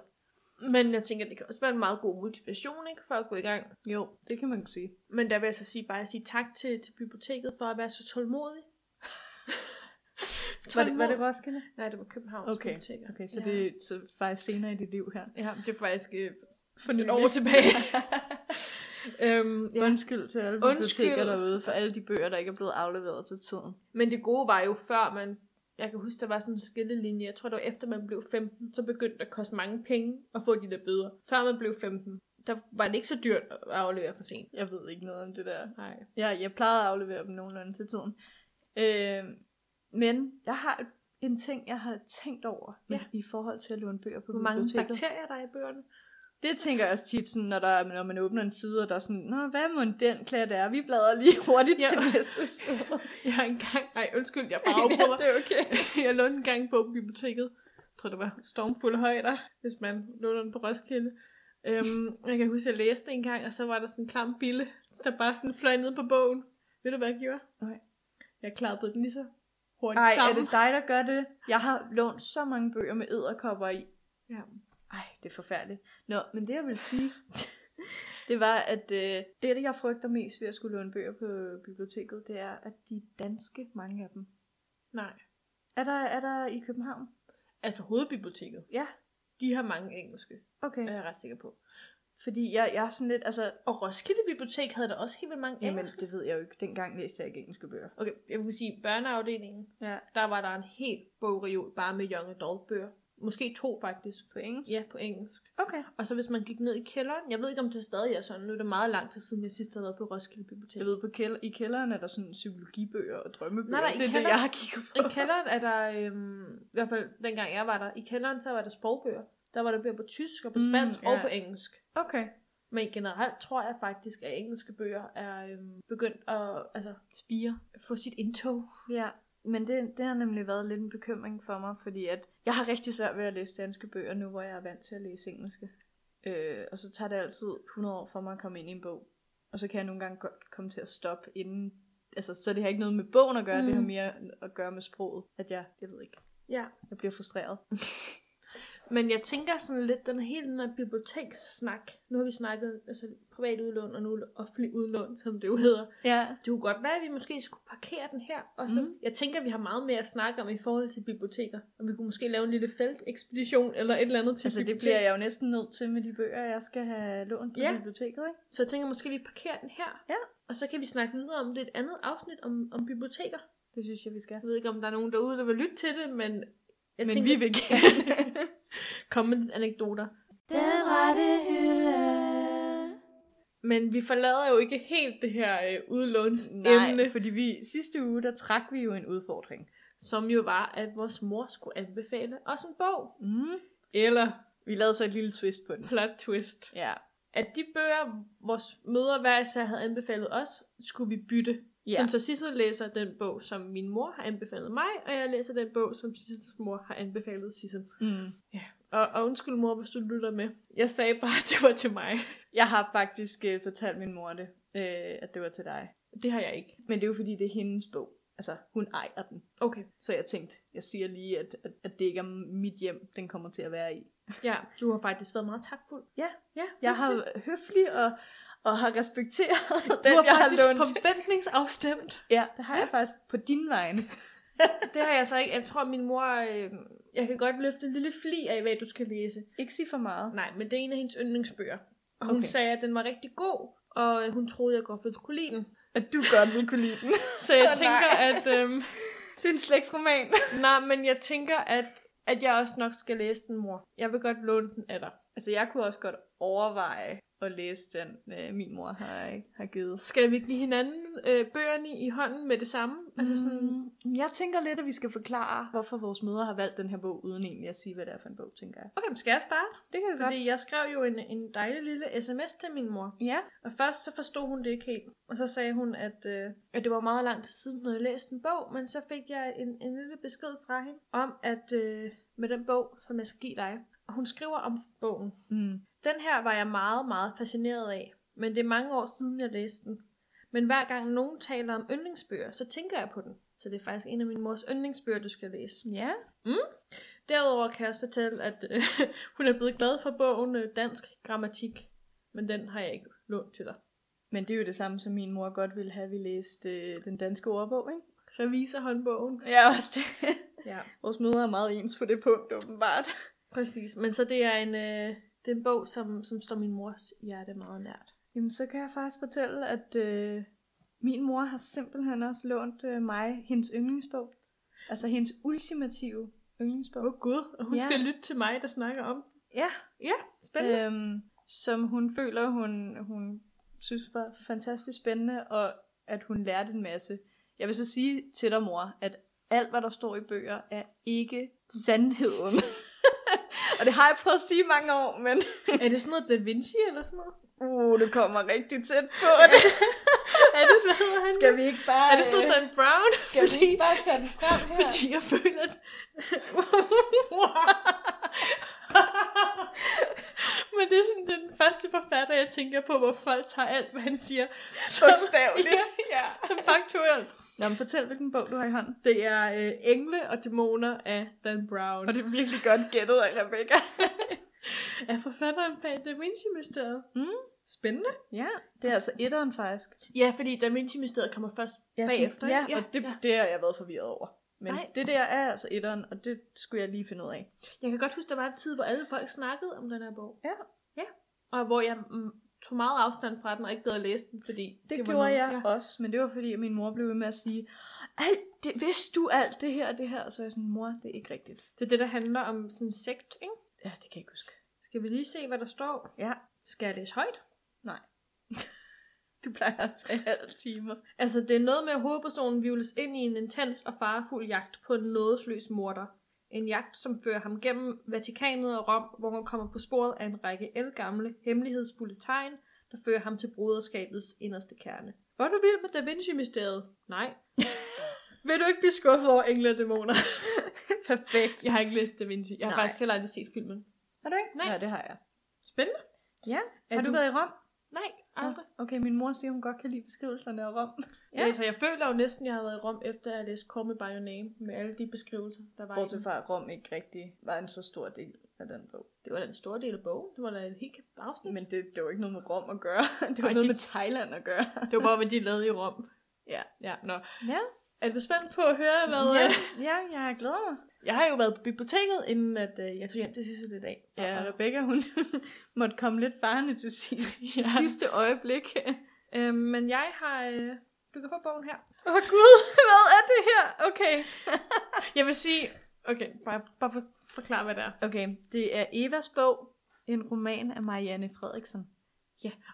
S2: Men jeg tænker, det kan også være en meget god motivation, ikke? For at gå i gang.
S1: Jo, det kan man godt sige.
S2: Men der vil jeg så sige, bare at sige tak til, til biblioteket for at være så tålmodig.
S1: Var det, var det Roskilde?
S2: Nej, det var Københavns
S1: Okay,
S2: bibliotek.
S1: Okay, så ja. det er så faktisk senere i dit liv her.
S2: Ja, det er faktisk øh, for
S1: Det er
S2: nogle år
S1: lidt-
S2: tilbage. øhm,
S1: Ja.
S2: ja.
S1: Undskyld til alle
S2: Undskyld.
S1: biblioteker derude for alle de bøger, der ikke er blevet afleveret til tiden.
S2: Men det gode var jo før, man... Jeg kan huske, der var sådan en skillelinje. Jeg tror, det var efter, man blev 15, så begyndte det at koste mange penge at få de der bøder. Før man blev 15, der var det ikke så dyrt at aflevere for sent.
S1: Jeg ved ikke noget om det der.
S2: Nej.
S1: Jeg, jeg plejede at aflevere dem nogenlunde til tiden. Øh, men jeg har en ting, jeg har tænkt over ja.
S2: Ja.
S1: i forhold til at låne bøger på
S2: Hvor mange
S1: biblioteket.
S2: bakterier der er i bøgerne.
S1: Det tænker jeg også tit, sådan, når, der, når man åbner en side, og der er sådan, Nå, hvad må den klat er? Vi bladrer lige hurtigt
S2: Ja.
S1: til næste side.
S2: Jeg har engang... Nej, undskyld, jeg bare
S1: ja,
S2: afbryder.
S1: det er okay.
S2: jeg lånte engang en bog på biblioteket. Jeg tror, det var stormfulde højder, hvis man låner den på Roskilde. Øhm, jeg kan huske, at jeg læste en gang, og så var der sådan en klam bille, der bare sådan fløj ned på bogen. Ved du, hvad jeg gjorde?
S1: Nej.
S2: Jeg klappede den lige så hurtigt
S1: Ej, er
S2: sammen.
S1: det dig, der gør det? Jeg har lånt så mange bøger med æderkopper i.
S2: Ja.
S1: Ej, det er forfærdeligt. Nå, men det jeg vil sige, det var, at øh, det, det, jeg frygter mest ved at skulle låne bøger på biblioteket, det er, at de er danske, mange af dem.
S2: Nej.
S1: Er der, er der i København?
S2: Altså hovedbiblioteket.
S1: Ja.
S2: De har mange engelske,
S1: Okay.
S2: er
S1: Ja.
S2: jeg ret sikker på.
S1: Fordi Øh, jeg, jeg er sådan lidt, altså...
S2: Og Roskilde Bibliotek havde der også helt vildt mange
S1: Jamen,
S2: engelske.
S1: det ved jeg jo ikke. Dengang læste jeg ikke engelske bøger.
S2: Okay, jeg vil sige, børneafdelingen,
S1: Ja.
S2: der var der en helt bogreol bare med young adult bøger. Måske to faktisk.
S1: På engelsk?
S2: Ja, på engelsk.
S1: Okay.
S2: Og så hvis man gik ned i kælderen, jeg ved ikke om det stadig er sådan, nu er det meget lang tid siden jeg sidst har været på Roskilde Bibliotek.
S1: Jeg ved, på kælder, i kælderen er der sådan psykologibøger og
S2: Nej,
S1: drømmebøger.
S2: nej, i
S1: det er det,
S2: kælderen-
S1: jeg har kigget på.
S2: I kælderen er der, øhm, i hvert fald dengang jeg var der, i kælderen så var der sprogbøger. Der var der bøger på tysk og på
S1: Mm,
S2: spansk mm,
S1: ja.
S2: og på engelsk.
S1: Okay.
S2: Men generelt tror jeg faktisk, at engelske bøger er øhm, begyndt at altså, spire, få sit indtog.
S1: Ja, men det, det har nemlig været lidt en bekymring for mig, fordi at jeg har rigtig svært ved at læse danske bøger nu, hvor jeg er vant til at læse engelske. Øh, og så tager det altid 100 år for mig at komme ind i en bog. Og så kan jeg nogle gange godt komme til at stoppe inden. Altså, så det har ikke noget med bogen at gøre, mm. det har
S2: Mm.
S1: mere at gøre med sproget. At jeg, jeg ved ikke,
S2: Ja.
S1: jeg bliver frustreret.
S2: Men jeg tænker sådan lidt, den hele den her bibliotekssnak, nu har vi snakket altså, privat udlån og nu offentlig udlån, som det jo hedder.
S1: Ja,
S2: Det kunne godt være, at vi måske skulle parkere den her. Og så,
S1: Mm.
S2: mm. Jeg tænker, at vi har meget mere at snakke om i forhold til biblioteker. Og vi kunne måske lave en lille feltekspedition eller et eller andet til
S1: altså det
S2: bibliotek.
S1: bliver jeg jo næsten nødt til med de bøger, jeg skal have lånt på ja.
S2: Ja.
S1: biblioteket, ikke?
S2: Så jeg tænker, måske vi parkerer den her.
S1: Ja.
S2: Og så kan vi snakke videre om det i et andet afsnit om, om biblioteker.
S1: Det synes jeg, vi skal.
S2: Jeg ved ikke, om der er nogen derude, der vil lytte til det, men... Jeg
S1: Men
S2: tænker,
S1: vi vil gerne.
S2: komme med lidt anekdoter.
S3: Den rette hylde.
S2: Men vi forlader jo ikke helt det her øh,
S1: Nej,
S2: udlånsemne,
S1: Emne. fordi vi sidste uge, der trak vi jo en udfordring.
S2: som jo var, at vores mor skulle anbefale os en bog.
S1: Mm.
S2: Eller
S1: Vi lavede så et lille twist på den.
S2: plot twist.
S1: Ja,
S2: At de bøger, vores mødre hver især havde anbefalet os, skulle vi bytte.
S1: Ja.
S2: Ja. Sådan, så Sissel læser den bog, som min mor har anbefalet mig, og jeg læser den bog, som Sissels mor har anbefalet Sissel.
S1: Mm.
S2: Og, og undskyld mor, hvis du lytter med. Jeg sagde bare, at det var til mig.
S1: Jeg har faktisk øh, fortalt min mor det, øh, at det var til dig.
S2: Det har jeg ikke.
S1: Men det er jo fordi, det er hendes bog. Altså, hun ejer den.
S2: Okay.
S1: Så jeg tænkte, jeg siger lige, at, at, at det ikke er mit hjem, den kommer til at være i.
S2: Ja, du har faktisk været meget takfuld.
S1: Ja.
S2: ja
S1: Jeg har været høflig og, og har respekteret
S2: den,
S1: den,
S2: du har
S1: jeg har
S2: faktisk
S1: lånt.
S2: forventningsafstemt.
S1: Ja, det har jeg faktisk på din vegne.
S2: Det har jeg så ikke. Jeg tror, at min mor... Øh, jeg kan godt løfte en lille fli af, hvad du skal læse.
S1: Ikke sige for meget.
S2: Nej, men det er en af hendes yndlingsbøger. Og hun
S1: Okay.
S2: okay. sagde, at den var rigtig god, og øh, hun troede, jeg godt ville kunne lide den.
S1: At du godt ville kunne lide den.
S2: Så jeg
S1: Åh, nej.
S2: tænker, at... Øh,
S1: det er en slægtsroman.
S2: nej, men jeg tænker, at, at jeg også nok skal læse den, mor. Jeg vil godt låne den af dig.
S1: Altså, jeg kunne også godt overveje at læse den, øh, min mor har, har givet.
S2: Skal vi ikke give hinanden øh, bøgerne i hånden med det samme? Mm. Altså sådan...
S1: Mm, jeg tænker lidt, at vi skal forklare, hvorfor vores mødre har valgt den her bog, uden egentlig at sige, hvad det er for en bog, tænker jeg.
S2: Okay, men skal jeg starte?
S1: Det kan vi
S2: Fordi jeg skrev jo en, en dejlig lille sms til min mor.
S1: Ja.
S2: Og først så forstod hun det ikke helt. Og så sagde hun, at, øh, at det var meget lang tid siden, hun havde læst en bog, men så fik jeg en, en lille besked fra hende om, at øh, med den bog, som jeg skal give dig. Og hun skriver om bogen.
S1: Mm.
S2: Den her var jeg meget, meget fascineret af, men det er mange år siden, jeg læste den. Men hver gang nogen taler om yndlingsbøger, så tænker jeg på den. Så det er faktisk en af min mors yndlingsbøger, du skal læse.
S1: Ja.
S2: Mm. Derudover kan jeg også fortælle, at øh, hun er blevet glad for bogen øh, Dansk Grammatik, men den har jeg ikke lånt til dig.
S1: Men det er jo det samme, som min mor godt ville have, vi læste øh, den danske ordbog, ikke?
S2: Revisorhåndbogen.
S1: Ja, også det.
S2: Ja.
S1: Vores mødre er meget ens på det punkt, åbenbart.
S2: Præcis, men så det er en, øh, det er en bog, som, som står min mors hjerte meget nært.
S1: Jamen, så kan jeg faktisk fortælle, at øh, min mor har simpelthen også lånt øh, mig hendes yndlingsbog. Altså hendes ultimative yndlingsbog.
S2: Åh oh, gud, og hun
S1: Ja.
S2: ja. skal lytte til mig, der snakker om.
S1: Ja,
S2: Ja, spændende.
S1: øhm, som hun føler, hun, hun synes var fantastisk spændende, og at hun lærte en masse. Jeg vil så sige til dig, mor, at alt, hvad der står i bøger, er ikke sandheden. og det har jeg prøvet at sige i mange år, men
S2: Øh. Er det sådan noget Da Vinci eller sådan noget?
S1: uh, det kommer rigtig tæt på det.
S2: Er det sådan noget, han
S1: Skal vi ikke bare... øh,
S2: Er det sådan noget Dan Brown?
S1: skal vi ikke bare tage den frem her?
S2: Fordi jeg føler, at... Men det er sådan den første forfatter, jeg tænker på, hvor folk tager alt, hvad han siger, som,
S1: Bogstaveligt. ja.
S2: som faktuelt.
S1: Nå, men fortæl, hvilken bog du har i hånden.
S2: Det er øh, Engle og Dæmoner af Dan Brown.
S1: Og det er virkelig godt gættet af Rebecca.
S2: er forfatteren bag Da Vinci-mysteriet.
S1: Mm.
S2: Spændende.
S1: ja, det er altså etteren faktisk.
S2: Ja, fordi Da Vinci-mysteriet kommer først
S1: Ja, sådan-
S2: bagefter.
S1: ja,
S2: ikke?
S1: og det, det har jeg været forvirret over. Men
S2: Nej.
S1: det der er altså etteren, og det skulle jeg lige finde ud af.
S2: Jeg kan godt huske, der var en tid, hvor alle folk snakkede om den her bog.
S1: Ja.
S2: Ja. Og hvor jeg mm, tog meget afstand fra den, og ikke gad at læse den, fordi...
S1: Det, det
S2: var
S1: gjorde
S2: noget-
S1: jeg ja. også, men det var fordi, at min mor blev ved med at sige, alt det, vidste du alt det her og det her? Og så er jeg sådan, mor, det er ikke rigtigt.
S2: Det er det, der handler om sådan en sekt, ikke?
S1: Ja, det kan jeg ikke huske.
S2: Skal vi lige se, hvad der står?
S1: Ja,
S2: Skal jeg læse højt?
S1: du plejer at tage halv timer.
S2: Altså, det er noget med, at hovedpersonen vivles ind i en intens og farefuld jagt på en nådesløs morder. En jagt, som fører ham gennem Vatikanet og Rom, hvor han kommer på sporet af en række elgamle, hemmelighedsfulde tegn, der fører ham til broderskabets inderste kerne. Var du vild med Da Vinci-mysteriet? Nej. Vil du ikke blive skuffet over engle og dæmoner?
S1: Perfekt.
S2: Jeg har ikke læst Da Vinci. Jeg har
S1: Nej.
S2: Nej. faktisk heller aldrig set filmen.
S1: Har du ikke?
S2: Nej.
S1: Ja, det har jeg.
S2: Spændende.
S1: Ja.
S2: Er
S1: har du,
S2: du-
S1: været i Rom? Ah.
S2: Nej, aldrig.
S1: Nå, Okay, min mor siger, hun godt kan lide beskrivelserne af Rom.
S2: Ja. Altså, jeg føler jo næsten, jeg har været i Rom, efter jeg læste Call Me By Your Name, med alle de beskrivelser, der var i den.
S1: Bortset fra, at Rom ikke rigtig var en så stor del af den bog.
S2: Det var da en stor del af bogen. Det var da et helt kæmpe afsnit.
S1: Men det, det var ikke noget med Rom at gøre. Det var
S2: Ej,
S1: noget
S2: det-
S1: med Thailand at gøre.
S2: Det var bare, hvad de lavede i Rom.
S1: Ja.
S2: Ja, nå.
S1: Ja.
S2: Er du spændt på at høre, hvad...
S1: ja,
S2: Ja.
S1: ja, jeg glæder mig.
S2: Jeg har jo været på biblioteket, inden at, øh, jeg tog hjem til sidste i dag.
S1: Ja,
S2: Og-
S1: Rebecca, hun måtte komme lidt farne til sidst, ja. sidste øjeblik.
S2: Øh, men jeg har... Øh, du kan få bogen her.
S1: Åh oh, gud, hvad er det her? Okay.
S2: Jeg vil sige... Okay, bare, bare for, forklare, hvad det er.
S1: Okay, det er Evas bog, en roman af Marianne Frederiksen.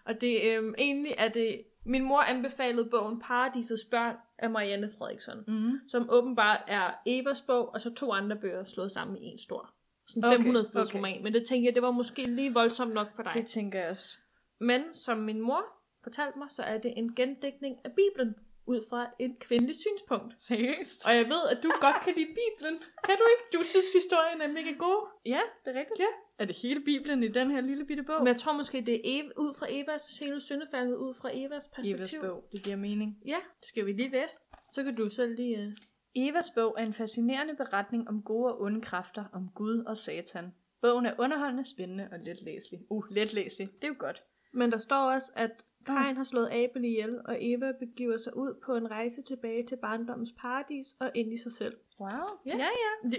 S2: Og det øh, egentlig er det... Min mor anbefalede bogen Paradisets Børn af Marianne Frederiksen.
S1: Mm.
S2: som åbenbart er Evas bog, og så to andre bøger slået sammen i en stor. Sådan
S1: Okay,
S2: 500 siders okay.
S1: okay.
S2: roman, men det tænkte jeg, det var måske lige voldsomt nok for dig.
S1: Det tænker jeg også.
S2: Men som min mor fortalte mig, så er det en gendækning af Bibelen, ud fra et kvindeligt synspunkt.
S1: Seriøst?
S2: Og jeg ved, at du godt kan lide Bibelen. Kan du ikke? Du synes, historien er mega god.
S1: Ja, det er rigtigt. Ja. Er det hele Bibelen i den her lille bitte bog?
S2: Men jeg tror måske, det er Eva, ud fra Evas hele syndefaldet, ud fra Evas
S1: Evas
S2: perspektiv.
S1: bog, det giver mening.
S2: Ja, skal vi lige læse. Så kan du selv lige... øh,
S1: Evas bog er en fascinerende beretning om gode og onde kræfter, om Gud og Satan. Bogen er underholdende, spændende og letlæselig. Uh, letlæselig, det er jo godt.
S2: Men der står også, at Kain har slået Abel ihjel, og Eva begiver sig ud på en rejse tilbage til barndommens paradis og ind i sig selv.
S1: Wow.
S2: Ja, ja.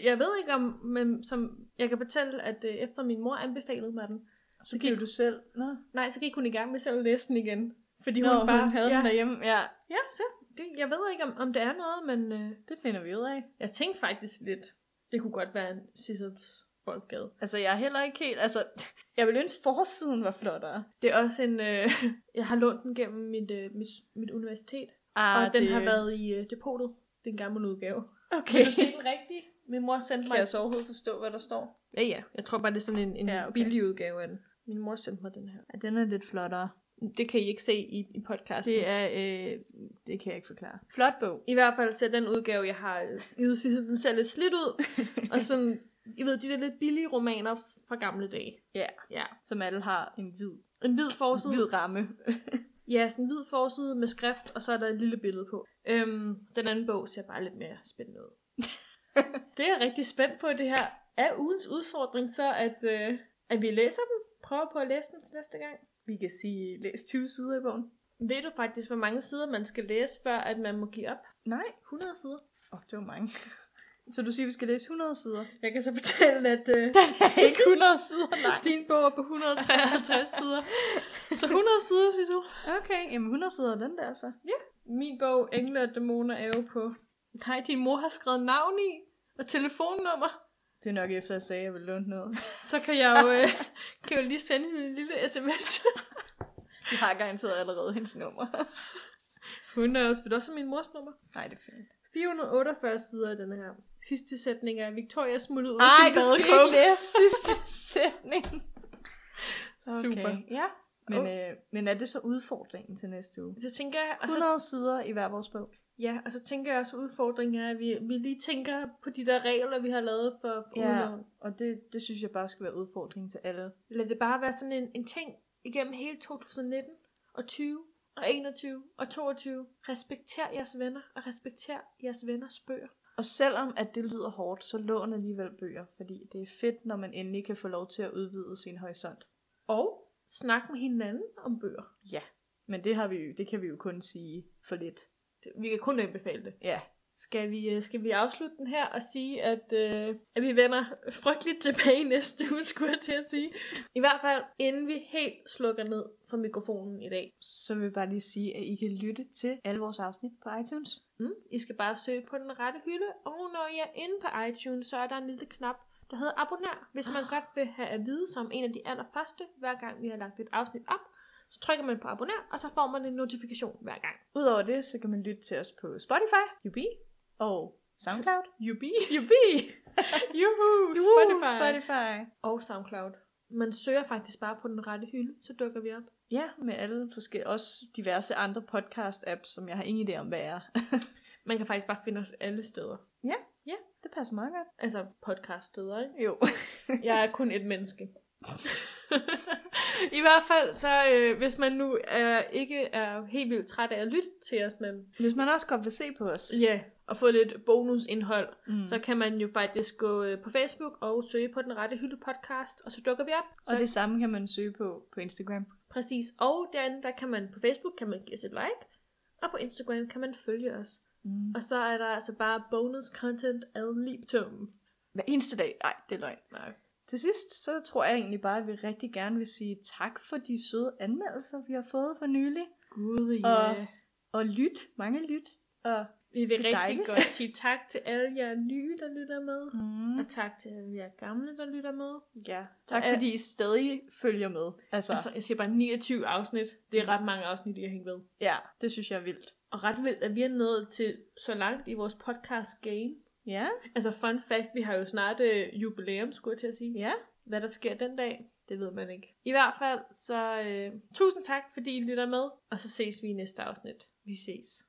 S2: Jeg ved ikke om, men som jeg kan fortælle, at øh, efter min mor anbefalede mig den,
S1: Så giver du selv. Nå,
S2: nej, så gik hun i gang med selv at læse den igen. Fordi
S1: Nå
S2: hun bare ja,
S1: derhjemme. Ja,
S2: Ja, så det, jeg ved ikke, om, om det er noget, men øh,
S1: det finder vi ud af.
S2: jeg tænkte faktisk lidt, det kunne godt være en Sissels boldgade.
S1: Altså, jeg er heller ikke helt... Altså, jeg ville ønske, forsiden var flottere.
S2: Det er også en, øh, jeg har lånt den gennem mit, øh, mit, mit universitet, og
S1: Ah,
S2: den har været i øh, depotet. Det er en gammel udgave.
S1: Okay.
S2: den rigtige? Min mor sendte mig...
S1: kan jeg så overhovedet forstå, hvad der står?
S2: Ja, ja. Jeg tror bare, det er sådan en, en
S1: Ja, okay.
S2: billig udgave af den. Min mor sendte mig den her.
S1: Ja, den er lidt flottere.
S2: Det kan I ikke se i, i podcasten.
S1: Det er... Øh, det kan jeg ikke forklare. Flot bog.
S2: I hvert fald ser den udgave, jeg har øh, givet Sissel, den ser lidt slidt ud. og sådan, I ved, de der lidt billige romaner fra gamle dage.
S1: Ja.
S2: Ja.
S1: Som alle har en hvid,
S2: En hvid forside.
S1: hvid ramme.
S2: Ja, sådan en hvid forside med skrift, og så er der et lille billede på. Øhm, den anden bog ser bare lidt mere spændende ud. det er jeg rigtig spændt på, det her. er ugens udfordring så, at, øh, at vi læser dem? Prøver på at læse dem til næste gang?
S1: Vi kan sige, læs 20 sider i bogen.
S2: Ved du faktisk, hvor mange sider man skal læse, før at man må give op?
S1: Nej.
S2: 100 sider.
S1: Åh, oh, det var mange. Så du siger, vi skal læse 100 sider?
S2: Jeg kan så fortælle, at øh,
S1: Den er ikke 100 sider, nej.
S2: din bog er på 153 sider. Så 100 sider, Sissel.
S1: Okay, jamen 100 sider er den der så.
S2: Min bog, Engle og Dæmoner, er jo på... Nej, din mor har skrevet navn i og telefonnummer.
S1: Det er nok efter, at jeg sagde, at jeg ville låne noget.
S2: Så kan jeg jo, øh, kan jeg jo lige sende hende en lille sms.
S1: Vi har garanteret allerede hendes nummer.
S2: Hun er også, ved også have min mors nummer.
S1: nej, det er fint.
S2: 448 sider af denne her. Sidste sætning er, Victoria smuttet ud af
S1: Nej,
S2: sin
S1: du skal
S2: badekåb.
S1: ikke læse sidste sætning.
S2: Super.
S1: Ja. Men,
S2: Oh.
S1: øh, men er det så udfordringen til næste uge?
S2: Så tænker jeg, og
S1: 100
S2: så,
S1: sider i hver vores bog.
S2: ja, og så tænker jeg også, udfordringen er, at vi, vi lige tænker på de der regler, vi har lavet for for
S1: Ja,
S2: udlån.
S1: og det, det synes jeg bare skal være udfordring til alle.
S2: Lad det bare være sådan en, en ting igennem hele 2019 og 20 og 21 og 22. Respekter jeres venner og respekter jeres venners bøger.
S1: Og selvom at det lyder hårdt, så lån alligevel bøger, fordi det er fedt, når man endelig kan få lov til at udvide sin horisont.
S2: Og snak med hinanden om bøger.
S1: Ja, men det, har vi jo, det kan vi jo kun sige for lidt.
S2: Det- Vi kan kun anbefale det.
S1: Ja,
S2: Skal vi, øh, skal vi afslutte den her og sige, at, øh, at vi vender frygteligt tilbage i næste uge, skulle jeg til at sige. I hvert fald, inden vi helt slukker ned for mikrofonen i dag.
S1: så vil jeg bare lige sige, at I kan lytte til alle vores afsnit på iTunes.
S2: Mm. I skal bare søge på den rette hylde, og når I er inde på iTunes, så er der en lille knap, der hedder abonner. Hvis man godt vil have at vide som en af de allerførste, hver gang vi har lagt et afsnit op, så trykker man på abonner, og så får man en notifikation hver gang.
S1: Udover det, så kan man lytte til os på Spotify, Yubi og SoundCloud.
S2: Jubi!
S1: Yubi!
S2: Juhu!
S1: Spotify.
S2: Spotify!
S1: Spotify.
S2: Og SoundCloud. Man søger faktisk bare på den rette hylde, så dukker vi op.
S1: Ja, med alle forskellige, også diverse andre podcast-apps, som jeg har ingen idé om, hvad er.
S2: Man kan faktisk bare finde os alle steder.
S1: Det passer meget godt.
S2: Altså podcaststeder, ikke?
S1: Jo.
S2: Jeg er kun et menneske. I hvert fald, så øh, hvis man nu er, ikke er helt vildt træt af at lytte til os, men
S1: Hvis man også godt vil se på os,
S2: ja, og få lidt bonusindhold,
S1: mm.
S2: mm. så kan man jo faktisk gå øh, på Facebook og søge på Den Rette Hylde podcast, og så dukker vi op. Så,
S1: Og det samme kan man søge på på Instagram.
S2: Præcis. Og derinde, der kan man på Facebook kan man give os et like, og på Instagram kan man følge os.
S1: Mm.
S2: Og så er der altså bare bonus content ad libitum.
S1: Hver eneste dag. Nej, det er løgn.
S2: Nej.
S1: Til sidst, så tror jeg egentlig bare, at vi rigtig gerne vil sige tak for de søde anmeldelser, vi har fået for nylig.
S2: Gud, ja.
S1: Og-
S2: Og
S1: Og lyt, mange lyt. Og
S2: Vi vil rigtig
S1: dejligt.
S2: godt sige tak til alle jer nye, der lytter med.
S1: mm.
S2: Og tak til alle jer gamle, der lytter med.
S1: ja, tak
S2: Og, øh,
S1: fordi I stadig følger med. Altså,
S2: Altså, jeg siger bare 29 afsnit. Det er ret mange afsnit, jeg har hængt ved.
S1: ja, det synes jeg er vildt.
S2: Og ret vildt, at vi er nået til så langt i vores podcast game.
S1: Ja,
S2: Altså, fun fact, vi har jo snart øh, jubilæum, skulle jeg til at sige.
S1: ja.
S2: Hvad der sker den dag, det ved man ikke. I hvert fald, så øh, tusind tak, fordi I lytter med. Og så ses vi i næste afsnit. Vi ses.